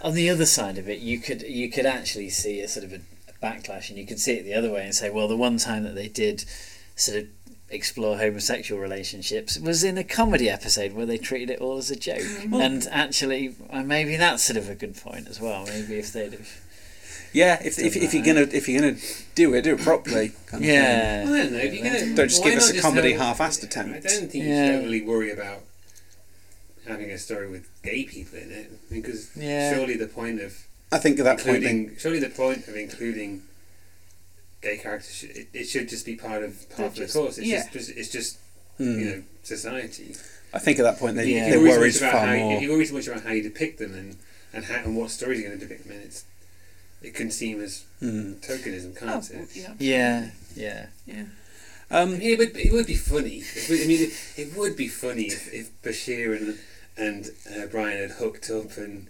S5: on the other side of it, you could you could actually see a sort of a, a backlash, and you could see it the other way and say, well, the one time that they did sort of explore homosexual relationships was in a comedy episode where they treated it all as a joke,
S7: Mm.
S5: and actually, uh, maybe that's sort of a good point as well. Maybe if they'd have,
S6: Yeah, if, if, if you're gonna if you're gonna do it, do it properly. kind of thing.
S5: yeah,
S7: I don't know. If you're gonna,
S6: Don't just
S7: why
S6: give us
S7: not
S6: a comedy
S7: have-
S6: half-assed
S7: I
S6: attempt.
S7: don't think you
S5: Yeah.
S7: should overly worry about having a story with gay people in it because
S5: Yeah.
S7: surely the point of
S6: I think at that point, then-
S7: including surely the point of including gay characters should, it, it should just be part of part of the
S8: just-
S7: course. It's
S8: yeah.
S7: just it's just
S6: Mm.
S7: you know society.
S6: I think at that point they
S5: Yeah.
S6: they
S7: If you worry
S6: worried
S7: so much about
S6: far
S7: how you-
S6: more.
S7: If you worry so much about how you depict them and and how and what stories you're going to depict them in, it's, it can seem as
S6: Mm.
S7: tokenism,
S8: Oh,
S7: can't it?
S8: yeah.
S5: yeah, yeah.
S7: I
S6: Um,
S7: mean, it would be, it would be funny. It would, I mean, it, it would be funny if, if Bashir and and uh, Brian had hooked up and.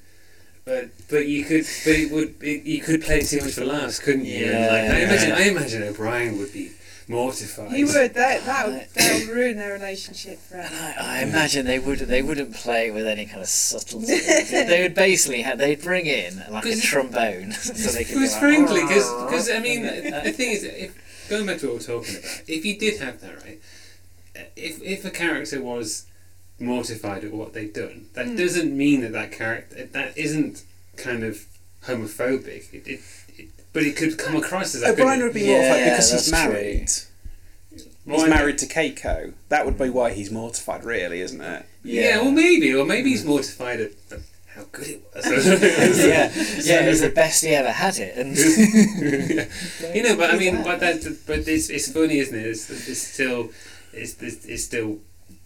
S7: But but you could but it would it, you could play too much for laughs, couldn't you? And, like, I
S5: Yeah.
S7: imagine I imagine O'Brien would be mortified.
S8: You would that that would, that would ruin their relationship forever.
S5: And I, I imagine they would they wouldn't play with any kind of subtlety. they would basically have, they'd bring in like a
S7: Because-
S5: trombone so they could. be
S7: Because
S5: like,
S7: frankly, because I mean the thing is, if, going back to what we're talking about, if you did have that right, uh, if if a character was mortified at what they've done, that
S5: Hmm.
S7: doesn't mean that that character that isn't kind of homophobic. It, it, it but it could come across as that. couldn't
S6: O'Brien
S7: it?
S6: would be
S5: Yeah,
S6: mortified because
S5: that's
S6: he's married. He's
S7: Why-
S6: married to Keiko. That would be why he's mortified, really, isn't it?
S7: Yeah, well maybe, or maybe
S5: Hmm.
S7: he's mortified at at how good it was.
S5: yeah, yeah, it was the best he ever had it, and
S7: you know, but I mean, but that's but it's, it's funny, isn't it? It's, it's still it's, it's it's still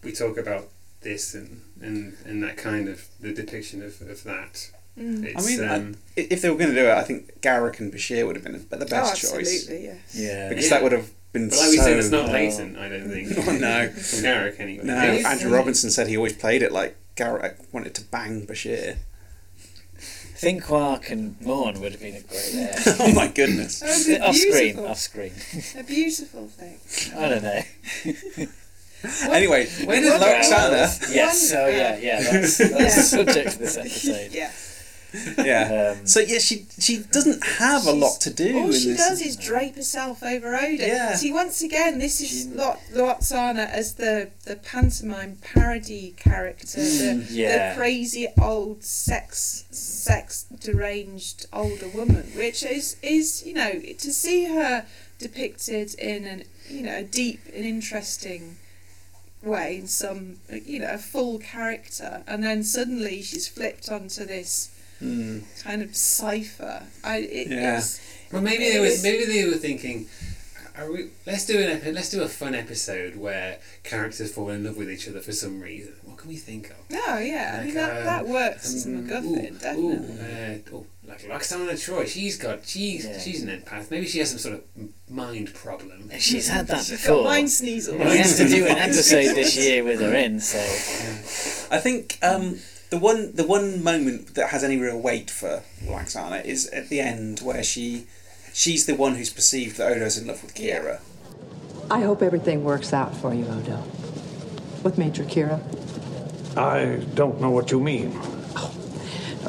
S7: we talk about this and and and that kind of the depiction of of that.
S6: I
S7: It's,
S6: mean, I-
S7: um,
S6: i- if they were going to do it, I think Garrick and Bashir would have been the
S8: Oh,
S6: best choice
S8: absolutely, yeah.
S5: yeah,
S6: because
S7: Yeah.
S6: that would have been
S7: but like we
S6: so.
S7: said, it's not latent. I don't think.
S6: Oh, no.
S7: From Garrick anyway.
S6: no,
S7: It is-
S6: Andrew Robinson said he always played it like Garrick wanted to bang Bashir.
S5: Think Quark and Morn would have been a great air.
S6: oh my goodness!
S8: That was a
S5: off screen,
S8: beautiful,
S5: off screen.
S8: a beautiful thing.
S5: I don't know.
S6: anyway,
S7: where does
S6: Loxana.
S5: Yes, so yeah, yeah, that's, that's the subject of this episode.
S8: Yeah.
S6: uh, Yeah.
S5: Um,
S6: so yeah, she she doesn't have a lot to do.
S8: All
S6: in
S8: she
S6: this.
S8: does is drape herself over Oda.
S6: Yeah.
S8: See, once again, this is Lot Lotsana as the, the pantomime parody character, the,
S5: yeah.
S8: the crazy old sex sex deranged older woman, which is is you know to see her depicted in an you know a deep and interesting way in some, you know, a full character, and then suddenly she's flipped onto this
S7: Mm.
S8: kind of cipher. I it,
S7: Yeah.
S8: it's,
S7: Well, maybe they were
S8: it's-
S7: maybe they were thinking, are we, let's do an epi- let's do a fun episode where characters fall in love with each other for some reason. What can we think of?
S8: No, yeah, I mean, that, that works as a MacGuffin,
S7: um, mm, Ooh,
S8: definitely.
S7: uh, oh, like Roxana Troy, she's got she's
S5: Yeah.
S7: she's an empath. Maybe she has some sort of m- mind problem.
S5: She's had that before. We
S7: Mind
S5: have to do an
S7: sneezle.
S5: episode this year with her in, so
S6: I think um, the one the one moment that has any real weight for Laxana is at the end where she she's the one who's perceived that Odo's in love with Kira.
S4: I hope everything works out for you, Odo. With Major Kira.
S9: I don't know what you mean.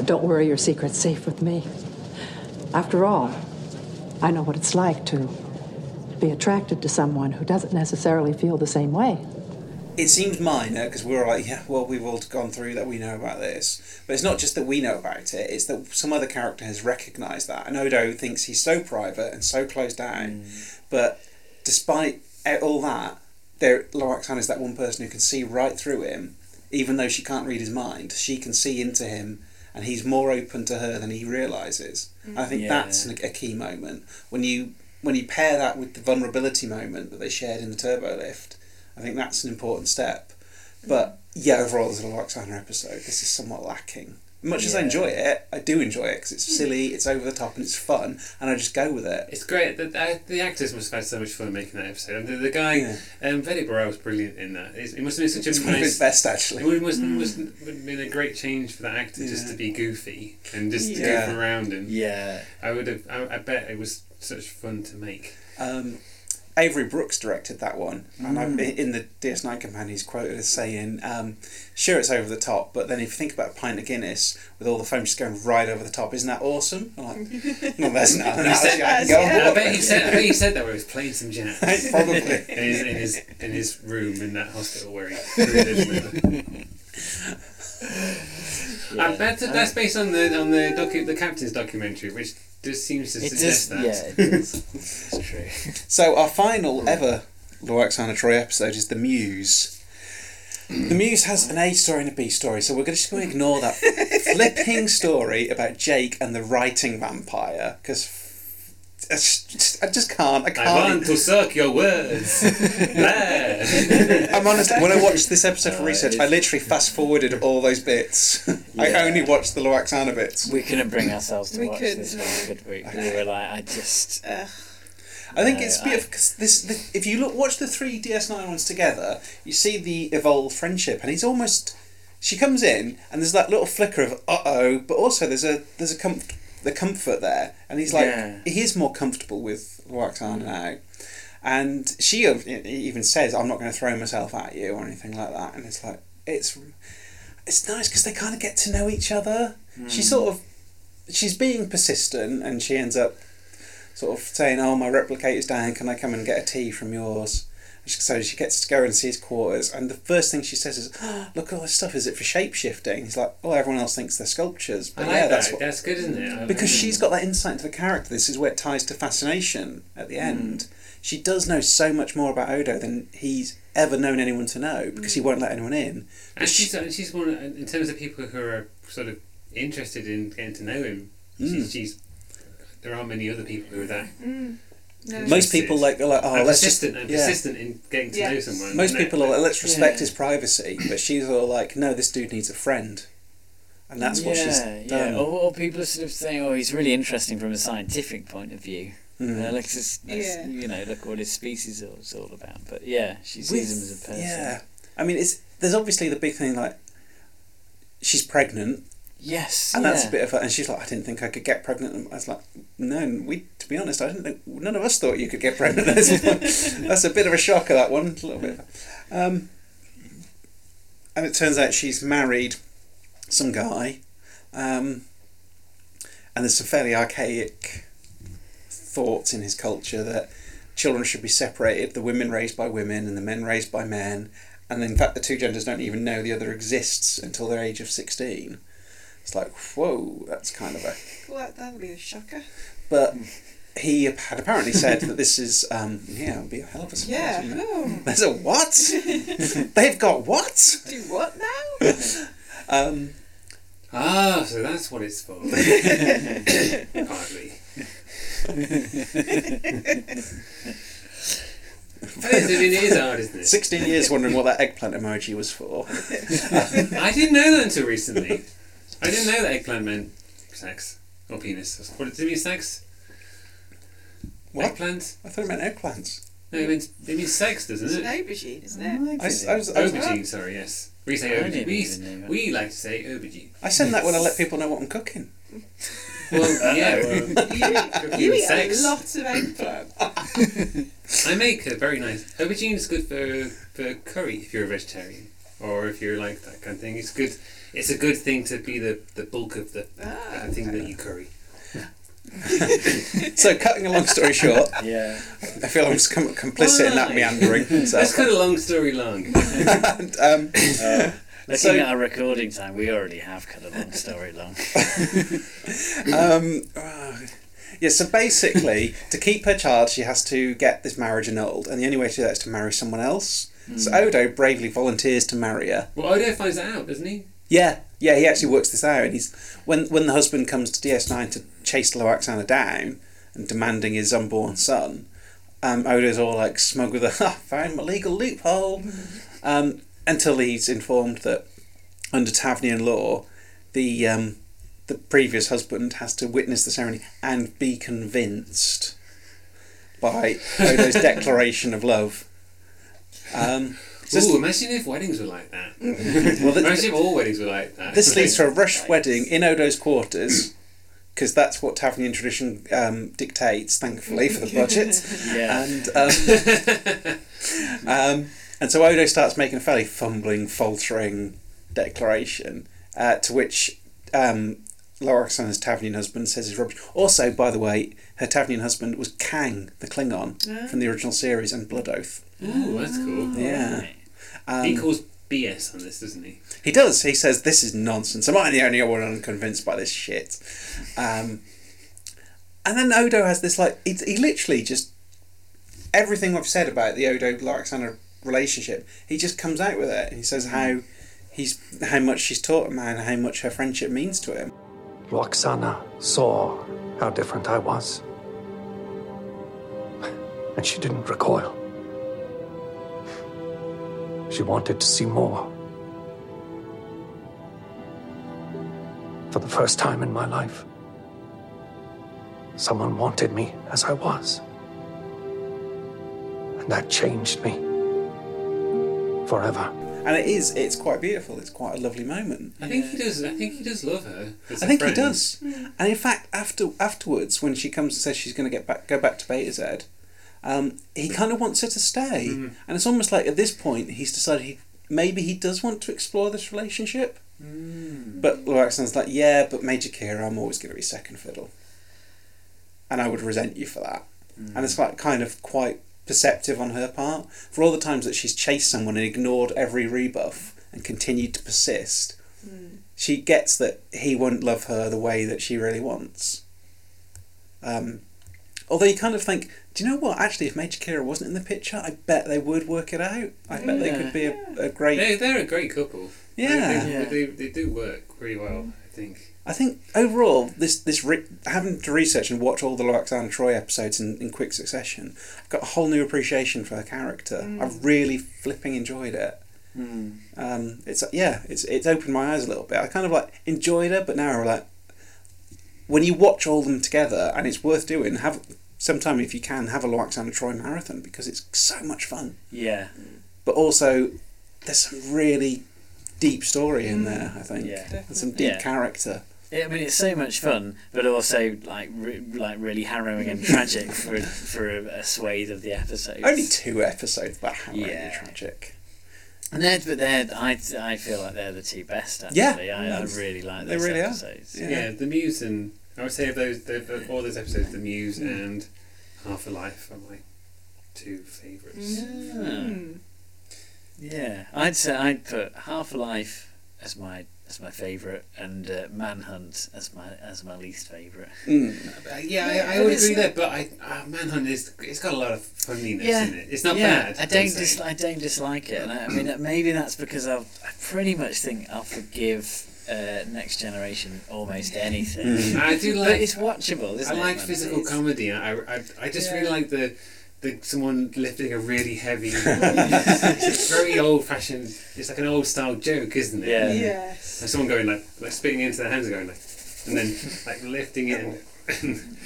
S4: Don't worry, your secret's safe with me. After all, I know what it's like to be attracted to someone who doesn't necessarily feel the same way.
S6: It seems minor because we were like, yeah, well, we've all gone through that. We know about this, but it's not just that we know about it. It's that some other character has recognised that, and Odo thinks he's so private and so closed down, but despite e-, all that, there Loraxan is that one person who can see right through him, even though she can't read his mind. She can see into him, and he's more open to her than he realizes. And I think
S5: Yeah.
S6: that's an- a key moment when you when you pair that with the vulnerability moment that they shared in the turbo lift. I think that's an important step. But yeah, overall, as a Loraxana episode, this is somewhat lacking. Much as I
S7: Yeah.
S6: enjoy it, I do enjoy it because it's silly, it's over the top, and it's fun, and I just go with it.
S7: It's great that uh, the actors must have had so much fun making that episode. And the, the guy,
S6: Yeah.
S7: um, Vedic Barra was brilliant in that. It's, it must have been such a
S6: It's
S7: nice,
S6: one of his best, actually.
S7: It must, must
S8: Mm.
S7: have been a great change for that actor just
S6: Yeah.
S7: to be goofy and just
S6: Yeah.
S7: to goof around. And
S5: yeah,
S7: I would have. I, I bet it was such fun to make.
S6: Um, Avery Brooks directed that one, and I,
S7: Mm.
S6: in the DS9 Companion, he's quoted as saying, um, "Sure, it's over the top, but then if you think about a pint of Guinness with all the foam just going right over the top, isn't that awesome?" I'm like, "Well, that's not an
S7: He said-
S6: analogy I can go on
S7: I
S6: with."
S7: bet he said. I bet he said that when he was playing some jazz.
S6: Probably.
S7: in, his, in his in his room in that hospital where he. where he lives now. I bet that Uh, that's based on the on the docu- the captain's documentary, which just seems to
S5: It does-
S7: suggest that.
S5: yeah, it does. it's true.
S6: So our final ever Loraxana Troy episode is the Muse. The Muse has an A story and a B story, so we're gonna- just going to ignore that flipping story about Jake and the writing vampire because I just I just can't. I can't.
S7: I want to suck your words. There.
S6: I'm honest. When I watched this episode for research, I literally fast forwarded all those bits. I
S5: Yeah.
S6: only watched the Loaxana bits.
S5: We couldn't bring ourselves to
S8: We
S5: watch
S8: couldn't,
S5: this one, could we? We were like, I just.
S6: I think
S5: No,
S6: it's a bit of cause this. The, if you look, watch the three DS9 ones together, you see the evolved friendship, and he's almost. She comes in, and there's that little flicker of uh oh, but also there's a there's a comfort the comfort there, and he's like
S5: Yeah.
S6: he is more comfortable with Loaxana now, and she ev- even says, "I'm not going to throw myself at you" or anything like that, and it's like it's it's nice because they kind of get to know each other. She sort of she's being persistent, and she ends up sort of saying, "Oh, my replicator's down. Can I come and get a tea from yours?" And she- So she gets to go and see his quarters, and the first thing she says is, oh, "Look at all this stuff. Is it for shapeshifting?" He's like, "Oh, everyone else thinks they're sculptures,
S7: I
S6: but
S7: like
S6: yeah,
S7: that.
S6: that's
S7: That's,
S6: what."
S7: good, isn't it? I
S6: Because
S7: like-
S6: she's got that insight into the character. This is where it ties to fascination at the end.
S7: Mm.
S6: She does know so much more about Odo than he's ever known anyone to know because
S7: Mm.
S6: he won't let anyone in.
S7: And she's, and she's one, in terms of people who are sort of interested in getting to know him,
S6: Hmm.
S7: she's, she's there aren't many other people who are that.
S8: No.
S6: Most people like they're like, oh,
S7: and
S6: let's just
S7: persistent and
S6: yeah.
S7: persistent in getting to
S8: Yeah.
S7: know someone.
S6: Most
S7: And
S6: people are like, let's respect his privacy, but she's all like, no, this dude needs a friend, and that's what she's
S5: Yeah, Oh,
S6: done.
S5: Yeah, or, or people are sort of saying, "Oh, he's really interesting from a scientific point of view."
S6: Mm.
S5: Uh, like, this, this-
S8: Yeah.
S5: you know, look what his species is all about. But yeah, she sees him as a person.
S6: Yeah, I mean, it's there's obviously the big thing like she's pregnant,
S5: Yes,
S6: and
S5: yeah.
S6: that's a bit of a, and she's like, I didn't think I could get pregnant. And I was like, no, we to be honest, I didn't think none of us thought you could get pregnant. That's, that's a bit of a shocker. That one, a little bit. Um, and it turns out she's married some guy, um, and there's some fairly archaic thoughts in his culture that children should be separated, the women raised by women and the men raised by men, and in fact the two genders don't even know the other exists until their age of sixteen. It's like whoa, that's kind of a
S8: Well, that, that'll be a shocker.
S6: but he had apparently said that this is um, yeah, it would be a hell of a surprise.
S8: Yeah.
S6: wouldn't it?
S8: Oh.
S6: There's a what? They've got what?
S8: Do what now?
S6: Um,
S7: Ah, so that's what it's for. Partly. That is, I mean, it is hard, isn't it?
S6: Sixteen years wondering what that eggplant emoji was for.
S7: I didn't know that until recently. I didn't know that eggplant meant sex or penis. What did it mean, sex?
S6: What?
S7: Eggplant?
S6: I thought it meant eggplants.
S7: No, it means it means sex, doesn't
S8: It's
S7: it?
S8: an aubergine, isn't it?
S6: I, s- I was- I was-
S7: Aubergine, sorry, yes. We say
S5: I
S7: aubergine.
S5: didn't
S7: We,
S5: even know
S7: s-
S5: that.
S7: we like to say aubergine.
S6: I send that when I let people know what I'm cooking.
S7: Well, yeah. well,
S8: You
S7: cooking
S8: eat
S7: sex.
S8: a lot of eggplant.
S7: I make a very nice aubergine. Is good for for curry if you're a vegetarian or if you're like that kind of thing. It's good. It's a good thing to be the, the bulk of the, the thing that you curry.
S6: So, cutting a long story short,
S5: Yeah.
S6: I feel I'm just com- complicit in that
S7: Why?
S6: meandering. So,
S7: That's kind of long story long.
S6: and, um,
S5: Looking
S6: So-
S5: at our recording time, we already have cut a long story long.
S6: um, ah. yeah, so basically, to keep her child, she has to get this marriage annulled, and the only way to do that is to marry someone else. So, Odo bravely volunteers to marry her.
S7: Well, Odo finds that out, doesn't he?
S6: Yeah, yeah, he actually works this out, and he's when when the husband comes to DS9 to chase Loaxana down and demanding his unborn son, um, Odo's all like smug with a "Ha, found my legal loophole, um, until he's informed that under Tavernian law, the um, the previous husband has to witness the ceremony and be convinced by Odo's declaration of love. Um, so this-
S7: Ooh, imagine if weddings were like that.
S6: well, th-
S7: imagine if all weddings were like that.
S6: This leads to a rush wedding in Odo's quarters, because that's what Tavernian tradition um, dictates, thankfully, for the budget.
S5: Yeah.
S6: And um, um, and so Odo starts making a fairly fumbling, faltering declaration, uh, to which um, Loraxana's Tavernian husband says is rubbish. Also, by the way, her Tavernian husband was Kang, the Klingon from the original series, and Blood Oath.
S7: Ooh, that's cool.
S6: Yeah. Um,
S7: he calls BS on this, doesn't he?
S6: He does. He says, "This is nonsense. Am I the only one unconvinced by this shit?" Um, and then Odo has this like he, he literally just everything I've said about the Odo Larxana relationship. He just comes out with it. He says how he's how much she's taught him and how much her friendship means to him.
S9: Roxana saw how different I was. And she didn't recoil. She wanted to see more. For the first time in my life, someone wanted me as I was. And that changed me forever.
S6: And it is it's quite beautiful. It's quite a lovely moment.
S7: I think he does. I think he does love her. as
S6: I
S7: a
S6: think he
S7: friend.
S6: does. And in fact, after afterwards, when she comes and says she's going to get back, go back to Beta Z, um,
S7: Hmm.
S6: he kind of wants her to stay. And it's almost like at this point he's decided he maybe he does want to explore this relationship.
S7: Hmm.
S6: But Loraxan's like, yeah, but Major Kira, I'm always going to be second fiddle, and I would resent you for that. And it's like kind of quite perceptive on her part for all the times that she's chased someone and ignored every rebuff and continued to persist she gets that he won't love her the way that she really wants. Um, although you kind of think, do you know what? Actually, if Major Kira wasn't in the picture, I bet they would work it out. I bet they could be a, a great.
S7: They, they're a great couple.
S6: Yeah.
S7: They,
S5: Yeah.
S7: they, they, they do work pretty well, I think.
S6: I think overall, this this re- having to research and watch all the Loxana Troy episodes in, in quick succession, I've got a whole new appreciation for her character. I've really flipping enjoyed it.
S5: Hmm.
S6: Um, it's yeah, it's it's opened my eyes a little bit. I kind of like enjoyed her, but now I'm like, when you watch all them together, and it's worth doing. Have sometime if you can have a Loxana Troy marathon because it's so much fun.
S5: Yeah.
S6: But also, there's some really deep story in there. I think.
S5: Yeah.
S6: And some deep
S5: Yeah.
S6: character.
S5: Yeah, I mean it's so much fun, but also like re- like really harrowing and tragic for for a, a swathe of the episodes.
S6: Only two episodes, but how yeah.
S5: Yeah.
S6: tragic.
S5: And they're, but they're I, I feel like they're the two best actually.
S6: Yeah.
S5: I, I really like
S6: They
S5: those
S6: really are.
S5: episodes.
S6: Yeah.
S7: Yeah. the Muse and I would say of those the, the- all those episodes, the Muse
S5: Mm.
S7: and Half a Life are my two favourites.
S5: Hmm. uh, Yeah. I'd say I'd put Half Life as my as my favourite, and uh, Manhunt as my as my least favourite.
S7: Uh, yeah, I, I would agree there, but I uh, Manhunt is it's got a lot of funniness in it. It's not
S5: yeah,
S7: bad.
S5: I don't dis- I don't dislike it, and I, I mean that- maybe that's because I'll I pretty much think I'll forgive uh, Next Generation almost anything.
S7: Mm. I do like.
S5: but it's watchable. Isn't
S7: I
S5: it,
S7: like
S5: man?
S7: physical
S5: It's-
S7: comedy. I, I, I just
S5: Yeah.
S7: really like the, the someone lifting a really heavy. it's very old fashioned. It's like an old style joke, isn't it?
S5: Yeah.
S8: Yes.
S7: And someone going like like spitting into their hands and going like, and then like lifting it. And,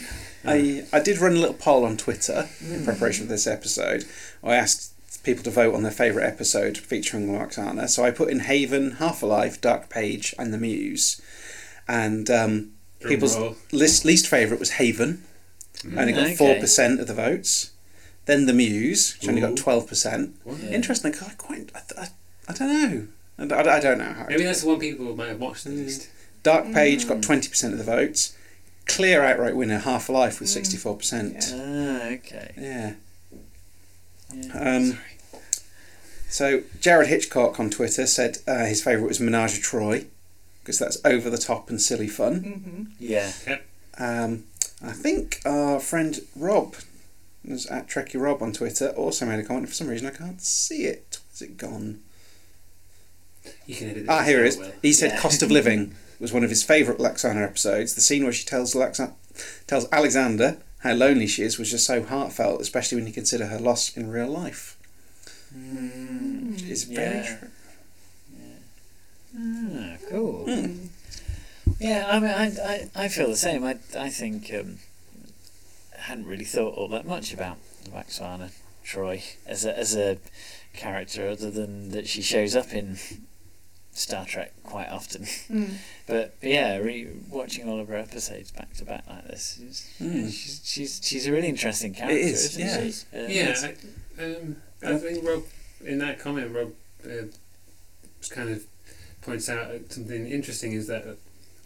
S6: I, I did run a little poll on Twitter in preparation for this episode. I asked people to vote on their favourite episode featuring Loxana. So I put in Haven, Half Alive, Dark Page, and The Muse. And um,
S7: Drum
S6: people's
S7: roll.
S6: list, least favourite was Haven. Only got
S5: Okay.
S6: 4% of the votes. Then The Muse, which only got 12%. Interesting, 'cause I quite. I, th- I, I don't know. I, d- I don't know how.
S7: maybe that's the one people might have watched the least.
S6: Dark Page got 20% of the votes. Clear outright winner, Half Life, with 64%.
S5: Ah, okay.
S6: Yeah. Um, so Jared Hitchcock on Twitter said uh, his favourite was Menage a Troy because that's over the top and silly fun.
S5: Yeah.
S6: Um, I think our friend Rob was at Trekkie Rob on Twitter also made a comment. For some reason, I can't see it. Where's it gone?
S7: You can edit this.
S6: Ah, here it
S7: out
S6: is.
S7: well.
S6: He said
S5: Yeah.
S6: cost of living was one of his favourite Laxana episodes. The scene where she tells Laxana, tells Alexander how lonely she is was just so heartfelt, especially when you consider her loss in real life. Which is very
S5: Hmm. yeah.
S6: true.
S5: Ah, cool. Yeah, I mean, I, I, I feel the same. I, I think um, I hadn't really thought all that much about Waxana Troy as a, as a character, other than that she shows up in Star Trek quite often. But yeah, re- watching all of her episodes back to back like this, is, she's, she's she's a really interesting character,
S6: Hmm. is,
S5: isn't
S6: yeah.
S5: she? Um,
S7: Yeah, I, um, I think Rob in that comment, Rob uh, just kind of points out something interesting is that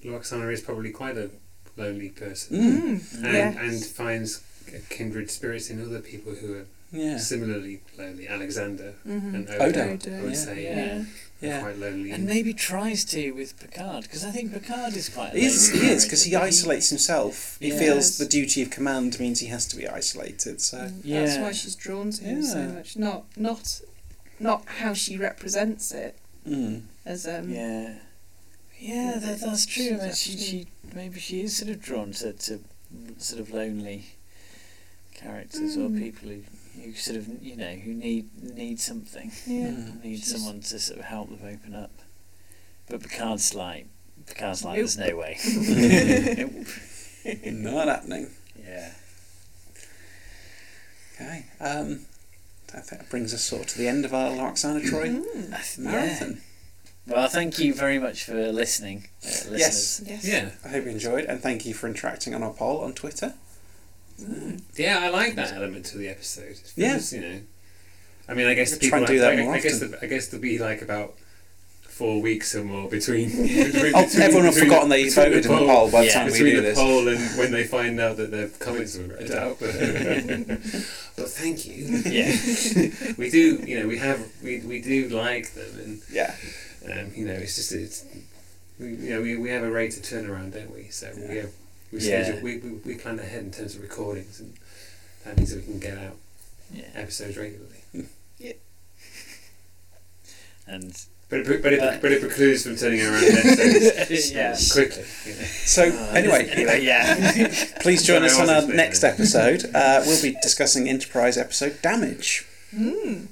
S7: Loxana is probably quite a lonely person,
S6: Hmm.
S7: and,
S8: yes.
S7: and finds kindred spirits in other people who are
S6: Yeah.
S7: similarly lonely. Alexander and
S6: Odo.
S7: Odo,
S8: Odo,
S7: I would
S6: yeah.
S7: say,
S5: Yeah.
S7: are
S6: Yeah.
S7: quite lonely.
S5: And maybe tries to with Picard because I think Picard is quite. a
S6: He is,
S5: lonely
S6: he is, because he
S5: character, but
S6: isolates himself. He
S5: Yes.
S6: feels the duty of command means he has to be isolated. So,
S5: Yeah.
S8: That's why she's drawn to him so
S6: Yeah.
S8: much. Not not not how she represents it
S6: mm.
S8: as um
S5: Yeah, yeah, that, that's true.
S8: She's
S5: I mean, she,
S8: actually-
S5: she maybe she is sort of drawn to, to sort of lonely characters
S8: Mm.
S5: or people who, who sort of you know who need need something,
S8: yeah.
S5: need
S8: She's-
S5: someone to sort of help them open up. But Picard's like Picard's like,
S8: Nope.
S5: there's no way. Nope.
S6: not happening.
S5: Yeah.
S6: Okay. Um, I think that brings us sort of to the end of our Larksana Troy
S8: Hmm.
S5: I th- Mm-hmm. yeah.
S6: marathon.
S5: Well, thank you very much for listening, uh, listeners.
S6: Yes.
S8: Yes.
S7: yeah,
S6: I hope you enjoyed, and thank you for interacting on our poll on Twitter.
S7: yeah, I like that element to the episode. It's
S6: Yeah.
S7: just, you know, I mean, I guess
S6: We'll
S7: people
S6: try and
S7: have-
S6: do that
S7: I, I
S6: more
S7: guess
S6: often.
S7: the, I guess there'll be like about. Four weeks or more between. between-
S6: Oh, everyone had
S7: between-
S6: forgotten they
S7: between
S6: voted in the poll by the
S5: Yeah.
S6: time we
S7: between
S6: do
S7: the
S6: this.
S7: poll and when they find out that their comments were read out. But, but thank you.
S5: Yeah.
S7: We do, you know, we have, we, we do like them,
S6: Yeah.
S7: and um, you know, it's just it's, we, you know, we, we have a rate of turnaround, don't we? So we have, we,
S5: Yeah.
S7: schedule, we, we we plan ahead in terms of recordings, and that means that we can get out
S5: Yeah.
S7: episodes regularly.
S5: And
S7: But it, pre- but
S5: Uh,
S7: it, but it precludes from turning around episodes
S5: yeah.
S7: quickly. You know.
S6: So, anyway, uh,
S5: Anyway, yeah.
S6: please join
S7: Sorry, I
S6: us on
S7: wasn't
S6: our
S7: expecting
S6: next
S7: it.
S6: episode. Uh, we'll be discussing Enterprise episode Damage.
S5: thank you,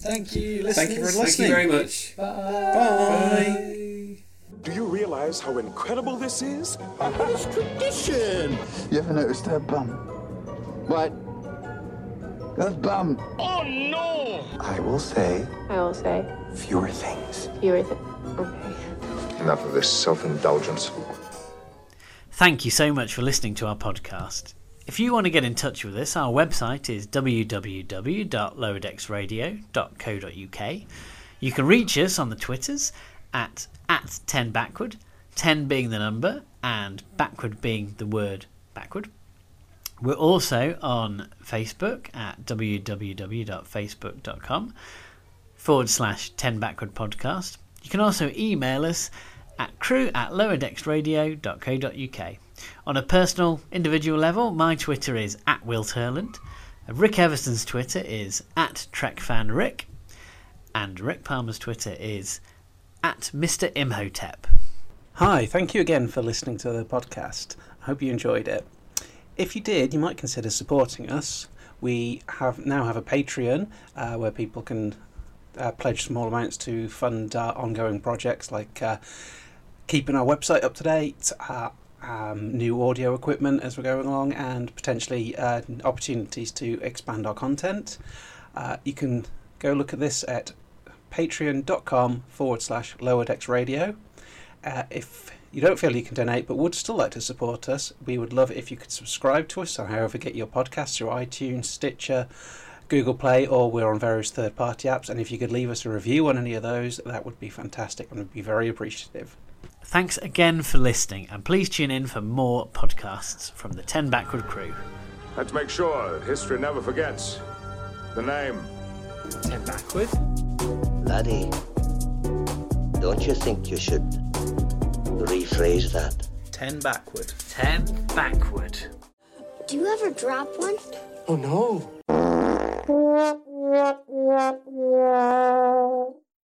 S5: listeners.
S6: Thank you for
S7: Thank you
S6: listening.
S7: very much.
S6: Bye.
S1: Do you realize how incredible this is?
S9: Tradition! You ever noticed her bum? What? Her bum. Oh no! I will say
S12: I will say
S9: fewer things.
S12: fewer things. Okay.
S9: Enough of this self indulgence.
S5: Thank you so much for listening to our podcast. If you want to get in touch with us, our website is www.lowerdexradio.co.uk. You can reach us on the Twitters at, at 10backward, 10 being the number and backward being the word backward. We're also on Facebook at www.facebook.com forward slash 10 backward podcast. You can also email us at crew at lowerdexradio.co.uk. On a personal, individual level, my Twitter is at Will Turland. Rick Everson's Twitter is at TrekFanRick. And Rick Palmer's Twitter is at Mr. Imhotep.
S8: Hi, thank you again for listening to the podcast. I hope you enjoyed it. If you did, you might consider supporting us. We have now have a Patreon uh, where people can uh, pledge small amounts to fund uh, ongoing projects like uh, keeping our website up to date, uh, um, new audio equipment as we're going along, and potentially uh, opportunities to expand our content. Uh, you can go look at this at patreon.com forward slash lower decks radio. Uh, if you don't feel you can donate but would still like to support us, we would love it if you could subscribe to us on however you get your podcasts through iTunes, Stitcher, Google Play, or we're on various third party apps. And if you could leave us a review on any of those, that would be fantastic and we'd be very appreciative.
S5: Thanks again for listening, and please tune in for more podcasts from the 10 Backward crew.
S1: Let's make sure that history never forgets the name.
S5: Ten backward.
S13: Laddie, don't you think you should rephrase that?
S6: 10 backward.
S5: 10 backward.
S2: Do you ever drop one?
S6: Oh no.
S2: Thank you.